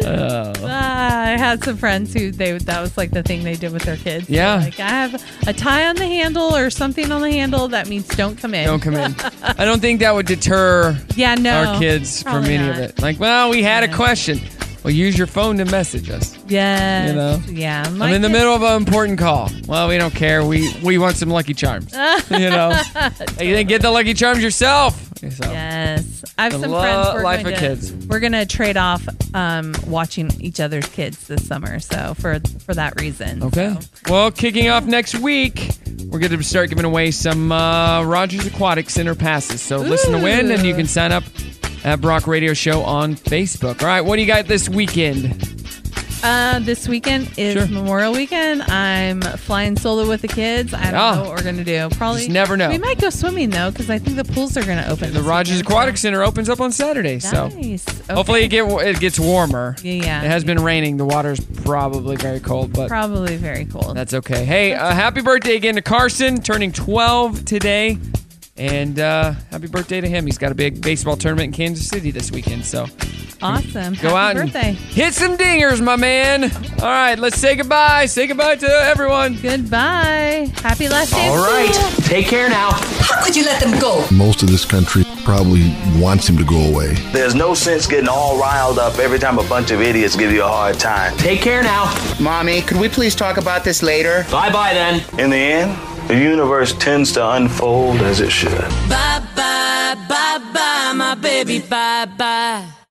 A: Oh.
G: Ah, I had some friends who they that was like the thing they did with their kids.
A: Yeah.
G: Like I have a tie on the handle or something on the handle. That means don't come in.
A: Don't come in. I don't think that would deter
G: Yeah, no,
A: our kids from
G: probably
A: any of
G: not.
A: it. Like, well, we had a question. Well, use your phone to message us.
G: Yes.
A: You know?
G: Yeah.
A: I'm in the middle of an important call. Well, we don't care. We we want some Lucky
G: [LAUGHS]
A: Charms. you know? Hey, you didn't get the Lucky Charms yourself. So,
G: Yes, I have
A: The
G: some
A: lo-
G: friends. We're
A: life
G: going
A: of
G: to,
A: kids.
G: We're gonna trade off um, watching each other's kids this summer. So for for that reason.
A: Okay. Well, kicking off next week, we're going to start giving away some uh, Rogers Aquatic Center passes. So listen to win, and you can sign up at Brock Radio Show on Facebook. All right, what do you got this weekend?
G: Uh, this weekend is Memorial Weekend. I'm flying solo with the kids. I don't
A: Yeah.
G: know what we're gonna do. Probably
A: Just never know.
G: We might go swimming though, because I think the pools are gonna open.
A: The
G: this
A: Rogers
G: weekend.
A: Aquatic Center opens up on Saturday, so
G: Nice. Okay.
A: hopefully it get it gets warmer.
G: Yeah, yeah.
A: It has been raining. The water's probably very cold, but
G: Probably very cool.
A: That's okay. Hey, uh, happy birthday again to Carson, turning 12 today. And uh, happy birthday to him. He's got a big baseball tournament in Kansas City this weekend. So
G: Awesome.
A: go out
G: Happy
A: and
G: birthday.
A: hit some dingers, my man. All right, let's say goodbye. Say goodbye to everyone.
G: Goodbye. Happy last day. of
Q: All right.
G: school.
Q: Take care now.
G: How could you let them go?
Q: Most of this country probably wants him to go away.
R: There's no sense getting all riled up every time a bunch of idiots give you a hard time.
M: Take care now. Mommy, could we please talk about this later? Bye bye then.
R: In the end, the universe tends to unfold as it should.
F: Bye bye, bye bye, my baby, bye bye.